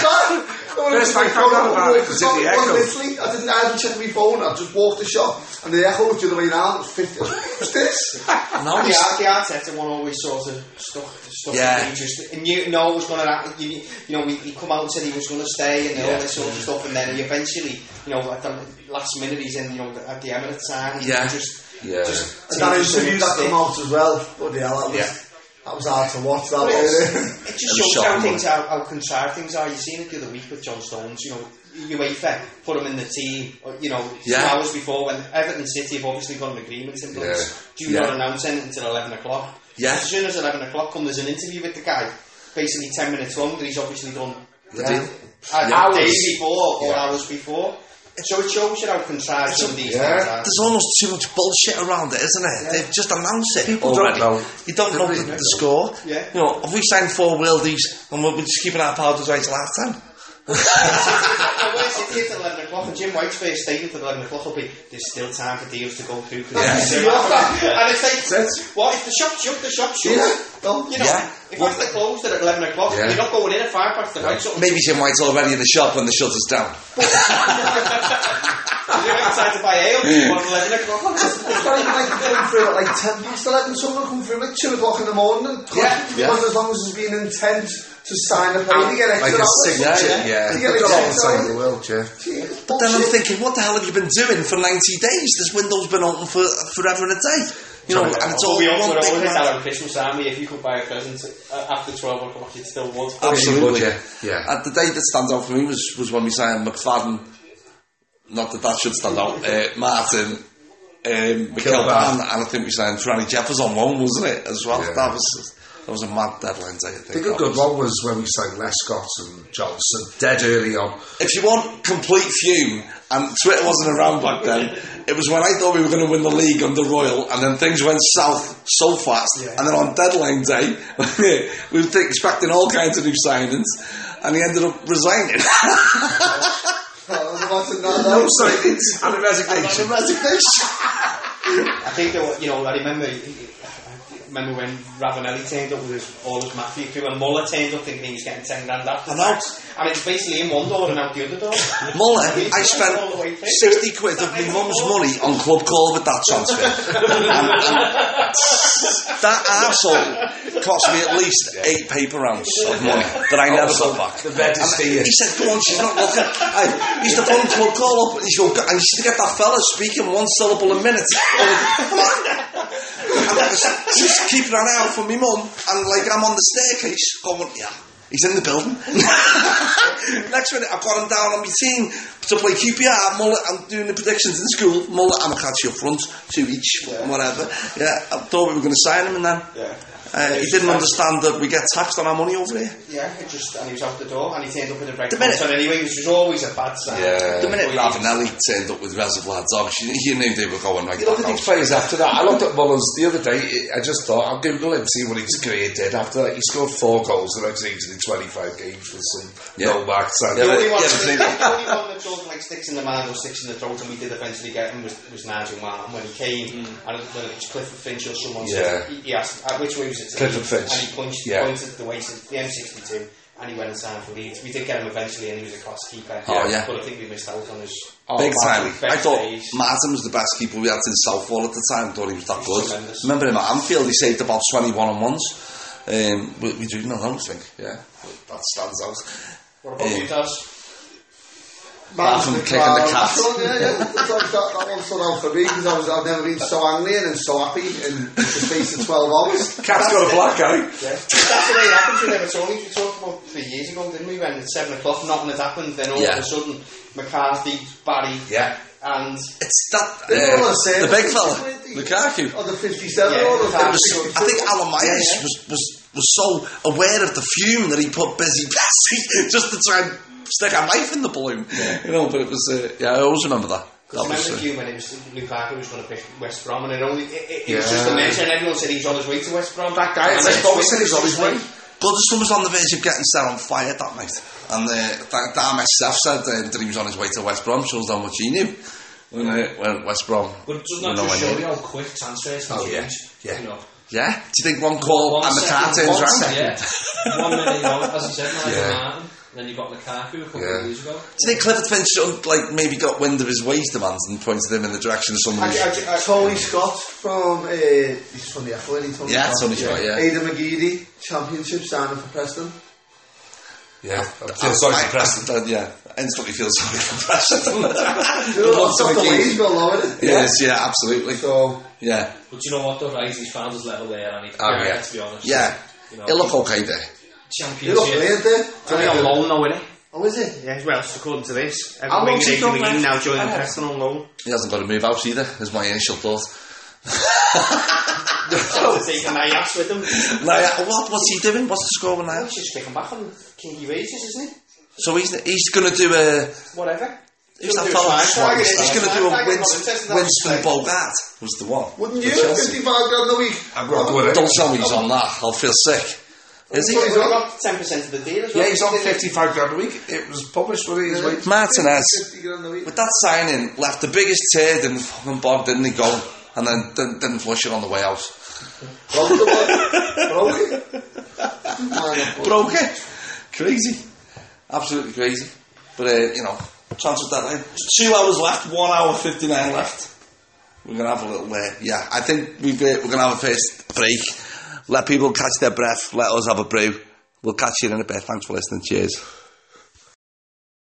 F: that?
D: First I found out about it was in the Echo.
F: Literally, I didn't. I hadn't checked my phone. I just walked the shop, and the echo was the other way round. It was fifty. What's this?
A: Now
B: the,
A: we
B: Ar- the Arteta one always sort of stuck, stuck
A: Yeah.
B: with me, just and you know it was going to happen. You, you know, he, he come out and said he was going to stay and all this sort of stuff, and then he eventually, you know, at the last minute he's in, you know, at the Emirates time, he
A: Yeah.
B: just,
A: Yeah.
B: just
F: And that
B: takes so
F: interview
B: much
F: that
B: stick.
F: came out as well. Bloody hell, that was,
A: Yeah.
F: that was hard to watch, that
B: But it's-
F: was.
B: It
A: It was
B: just shows how
A: shocking,
B: things how, how contrived things are. You seen it the other week with John Stones. You know, UEFA put him in the team. or, You know,
A: Yeah.
B: two hours before when Everton City have obviously got an agreement in place. Do
A: Yeah.
B: not announce anything until eleven o'clock.
A: Yeah.
B: As soon as eleven o'clock comes, there's an interview with the guy, basically ten minutes long that he's obviously done
A: The deal.
B: uh,
A: Yeah.
B: days before or hours before. So it shows you how contrived some of these things are.
A: There's almost too much bullshit around it, isn't there? They've just announced it
B: Oh,
D: People
A: already.
D: don't know.
A: You don't know the, the score.
B: Yeah.
A: You know, have we signed four worldies and we're just keeping our powder dry till half time?
B: I went to City at 11 o'clock and Jim White's first statement at 11 o'clock will be there's still time for deals to go through for
A: Yeah.
B: this.
F: Yeah.
B: and it's like
D: That's-
B: what if the shop's shut the shop's shut
F: Yeah.
B: Well, you know
A: Yeah.
B: if I they closed it at 11 o'clock
D: Yeah.
B: you're not going in at 5 past the right sort of
A: Maybe Jim White's already in the shop when the shutter's down.
B: you're outside to buy ale at 11 o'clock
F: It's not even like coming through at like 10 past 11, someone come through at like 2 o'clock in the morning. And
B: Yeah,
F: it
A: yeah.
F: wasn't as long as there's been intent to sign a player to get
D: Like
F: extra
D: a
F: hours.
D: signature,
A: Yeah,
D: yeah.
A: yeah.
D: They
F: Yeah,
D: put it
F: yeah.
D: all inside the world, yeah.
F: Jeez,
A: But then I'm
F: bullshit.
A: thinking, what the hell have you been doing for 90 days? This window's been open for forever and a day. You know, and it's all
B: so we all
A: one
B: would
A: big
B: always
A: mad-
B: out on Christmas army if you could buy a present uh, after 12 o'clock you still would
C: Oh,
A: Absolutely.
D: Yeah, yeah.
A: And the day that stands out for me was, was when we signed McFadden. Not that that should stand out. Uh, Martin, um, Kilban, and I think we signed Franny Jeffers on loan, wasn't it, as well?
D: Yeah.
A: That was that was a mad deadline day, I think.
D: I think a
A: that
D: good
A: was.
D: one was when we signed Lescott and Johnson dead early on.
A: If you want complete fume, and Twitter wasn't around back then, it was when I thought we were going to win the league under Royal, and then things went south so fast. And then on deadline day, we were expecting all kinds of new signings, and he ended up resigning.
F: I was about to
D: No
F: know that.
D: signings and a
A: It's a
D: resignation.
A: resignation.
B: I think that what- you know. I remember. I remember when Ravanelli turned up with his all his Matthew crew, and Muller turned up thinking he was getting ten grand after
A: I know.
B: tax. and it's basically in one door and out the other door.
A: Muller,
B: It's
A: I
B: like
A: spent
B: all the way through.
A: 60 quid of my mum's money on club call with that transfer. and, and that arsehole cost me at least eight paper rounds of money that I never got back.
D: The bed is
A: And
D: here.
A: He said, Go on, she's not looking. I used to phone club call up and he's going, "Go-" and he used to get that fella speaking one syllable a minute. Come on. And I was just keeping an eye out for my mum, and like I'm on the staircase going, yeah, he's in the building. Next minute, I've got him down on my team to play QPR. Muller, I'm doing the predictions in school. Muller, I'm a catch up front, two each, whatever. Yeah, I thought we were going to sign him, and then
B: Yeah.
A: uh, he didn't understand that we get taxed on our money over here.
B: Yeah, it just and he was out the door, and he turned up with a red
A: The minute-
B: contract anyway, which was always a bad sign.
D: Yeah.
A: The minute Ravenelli turned up with Reservoir Dogs, you, you knew they were going right
D: You look
A: back
D: at these
A: out.
D: players after that. I looked at Mullins the other day. I just thought, I'll Google him, see what his career did. After that, he scored four goals the next season in 25 games with some
A: Yeah.
D: no mark
B: The
D: signing.
B: only one,
A: Yeah,
B: that-
A: but
B: the,
A: they-
B: only one that sort of like sticks in the mind or sticks in the throat, and we did eventually get him
A: Mm.
B: was, was Nigel Martin when he came, and it- whether it was Clifford Finch or someone.
D: Yeah.
B: Said, he, he asked uh, which way was Fitz.
E: Clifford Fitz.
B: And he punched,
E: Yeah.
B: pointed the waist of the M62 and he went and signed for Leeds. We did get him eventually and he was a class keeper.
A: Oh, yeah. Oh,
B: But I think we missed out on his...
A: Big time. I
B: best
A: thought
B: days.
A: Martin was the best keeper we had in Southall at the time. thought he was that good.
B: tremendous.
A: Remember him at Anfield? He saved about 21 on ones. Um, we, we do know, don't think. Yeah, that stands out.
B: What about
A: Yeah.
B: you, Daz?
A: Apart from kicking the
F: I
A: cat.
F: thought, yeah, yeah. That, that, that one stood out for me because I was, I've never been so angry and so happy in the space of 12 hours.
E: Cat's got a black eye.
B: Yeah. That's the way it happens with Evertonians. We talked about three years ago, didn't we? When at seven o'clock, nothing had happened. Then all of
A: Yeah.
B: a sudden, McCarthy, Barry,
A: Yeah.
B: and
A: It's that.
F: They're all
A: uh,
F: the same.
A: the big fella. Lukaku.
F: Or the 57
B: Yeah,
F: or the
A: It
B: Lukaku.
A: was- I think Alamaya's
B: Yeah.
A: was, was, was so aware of the fume that he put busy Bessie just to try and stick a knife in the balloon. You know, but it was, uh, yeah, I always remember that. That
B: Because
A: was, uh,
B: remember the few when it was Lukaku was going to pick West Brom, and it only it, it, it was just a mention. Everyone said he's on his way to West Brom. That
E: guy, it's like Bobby said, he's on his way.
A: Goodison was on the verge of getting set on fire that night, and uh, that damn SF said uh, that he was on his way to West Brom. Shows how much he knew. When, uh, when West Brom,
C: But doesn't
A: were
C: that
A: nowhere
C: just show
A: near.
C: you how quick transfers can
A: Oh, yeah.
C: change?
A: Yeah.
C: You know,
A: Yeah, do you think one call
C: one
A: and the car
C: second-
A: turns
C: one
A: round?
C: second, Yeah. one minute, you know, as you said, now
A: Yeah.
C: yeah. Martin, then you got Lukaku a couple
A: Yeah.
C: of years ago.
A: Do you think Clifford Finch should have, like maybe got wind of his ways demands and pointed him in the direction of someone? who's-
F: Uh, Tony Scott from uh, he's from the Athlete. Tony
A: Yeah,
F: Scott.
A: Tony Scott, yeah.
F: Ada McGeady, championship signing for Preston.
E: Yeah. I feel sorry for Preston.
A: I- I- uh, yeah, I instantly feel sorry for Preston.
F: You know,
A: Love
F: that's not the
A: Tony
F: way
A: Keane.
F: he's got low, isn't it?
A: Yes, yeah, absolutely.
F: So
A: Yeah,
C: But you know what, though, right? He's found his level there, and he
A: Oh,
C: yeah,
A: yeah.
C: to be honest.
A: yeah.
C: You know,
A: He'll look okay there.
F: you look
C: championship.
F: weird there.
B: Only on loan, though, innit?
F: Oh, is it?
B: Yeah, well, according to this,
F: How
B: every
F: long's
B: winger
F: he
B: in
F: done
B: the league now
F: left?
B: joining
F: Yeah.
B: Preston on loan.
A: He hasn't got to move out either, is my initial thought.
B: So to take a night ass with him. He's
A: Naya, what, what's he doing? What's the score with Naya?
B: just picking back on kinky wages, isn't he?
A: So he's he's going to do a.
B: Whatever.
A: Who's that
B: do a
A: fellow?
B: Schweinsteiger,
A: He's
B: isn't
A: going to
B: he?
A: do
B: Schweinsteiger,
A: a
B: I'm not interested
A: Winston,
B: in that
A: Winston
B: play.
A: Bogart, was the one.
F: Wouldn't
A: for
F: you?
A: Chelsea.
F: 55 grand a week.
E: I'm not doing it.
A: Don't tell me he's on that, I'll feel sick. Is he?
B: But he's got 10% of the deal as well.
E: Yeah, he's on 55 grand a week. It was published when he was like,
A: Martinez.
F: 50 grand a week.
A: With that signing, left the biggest tear in the fucking bog, didn't he? Go and then didn't, didn't flush it on the way out.
F: Broke the boy. Broke it.
A: Broke it. Crazy. Absolutely crazy. But, uh, you know, transfer deadline. eh? Two hours left, one hour 59 left. We're going to have a little, uh, yeah, I think we've, uh, we're going to have a first break. Let people catch their breath. Let us have a brew. We'll catch you in a bit. Thanks for listening. Cheers.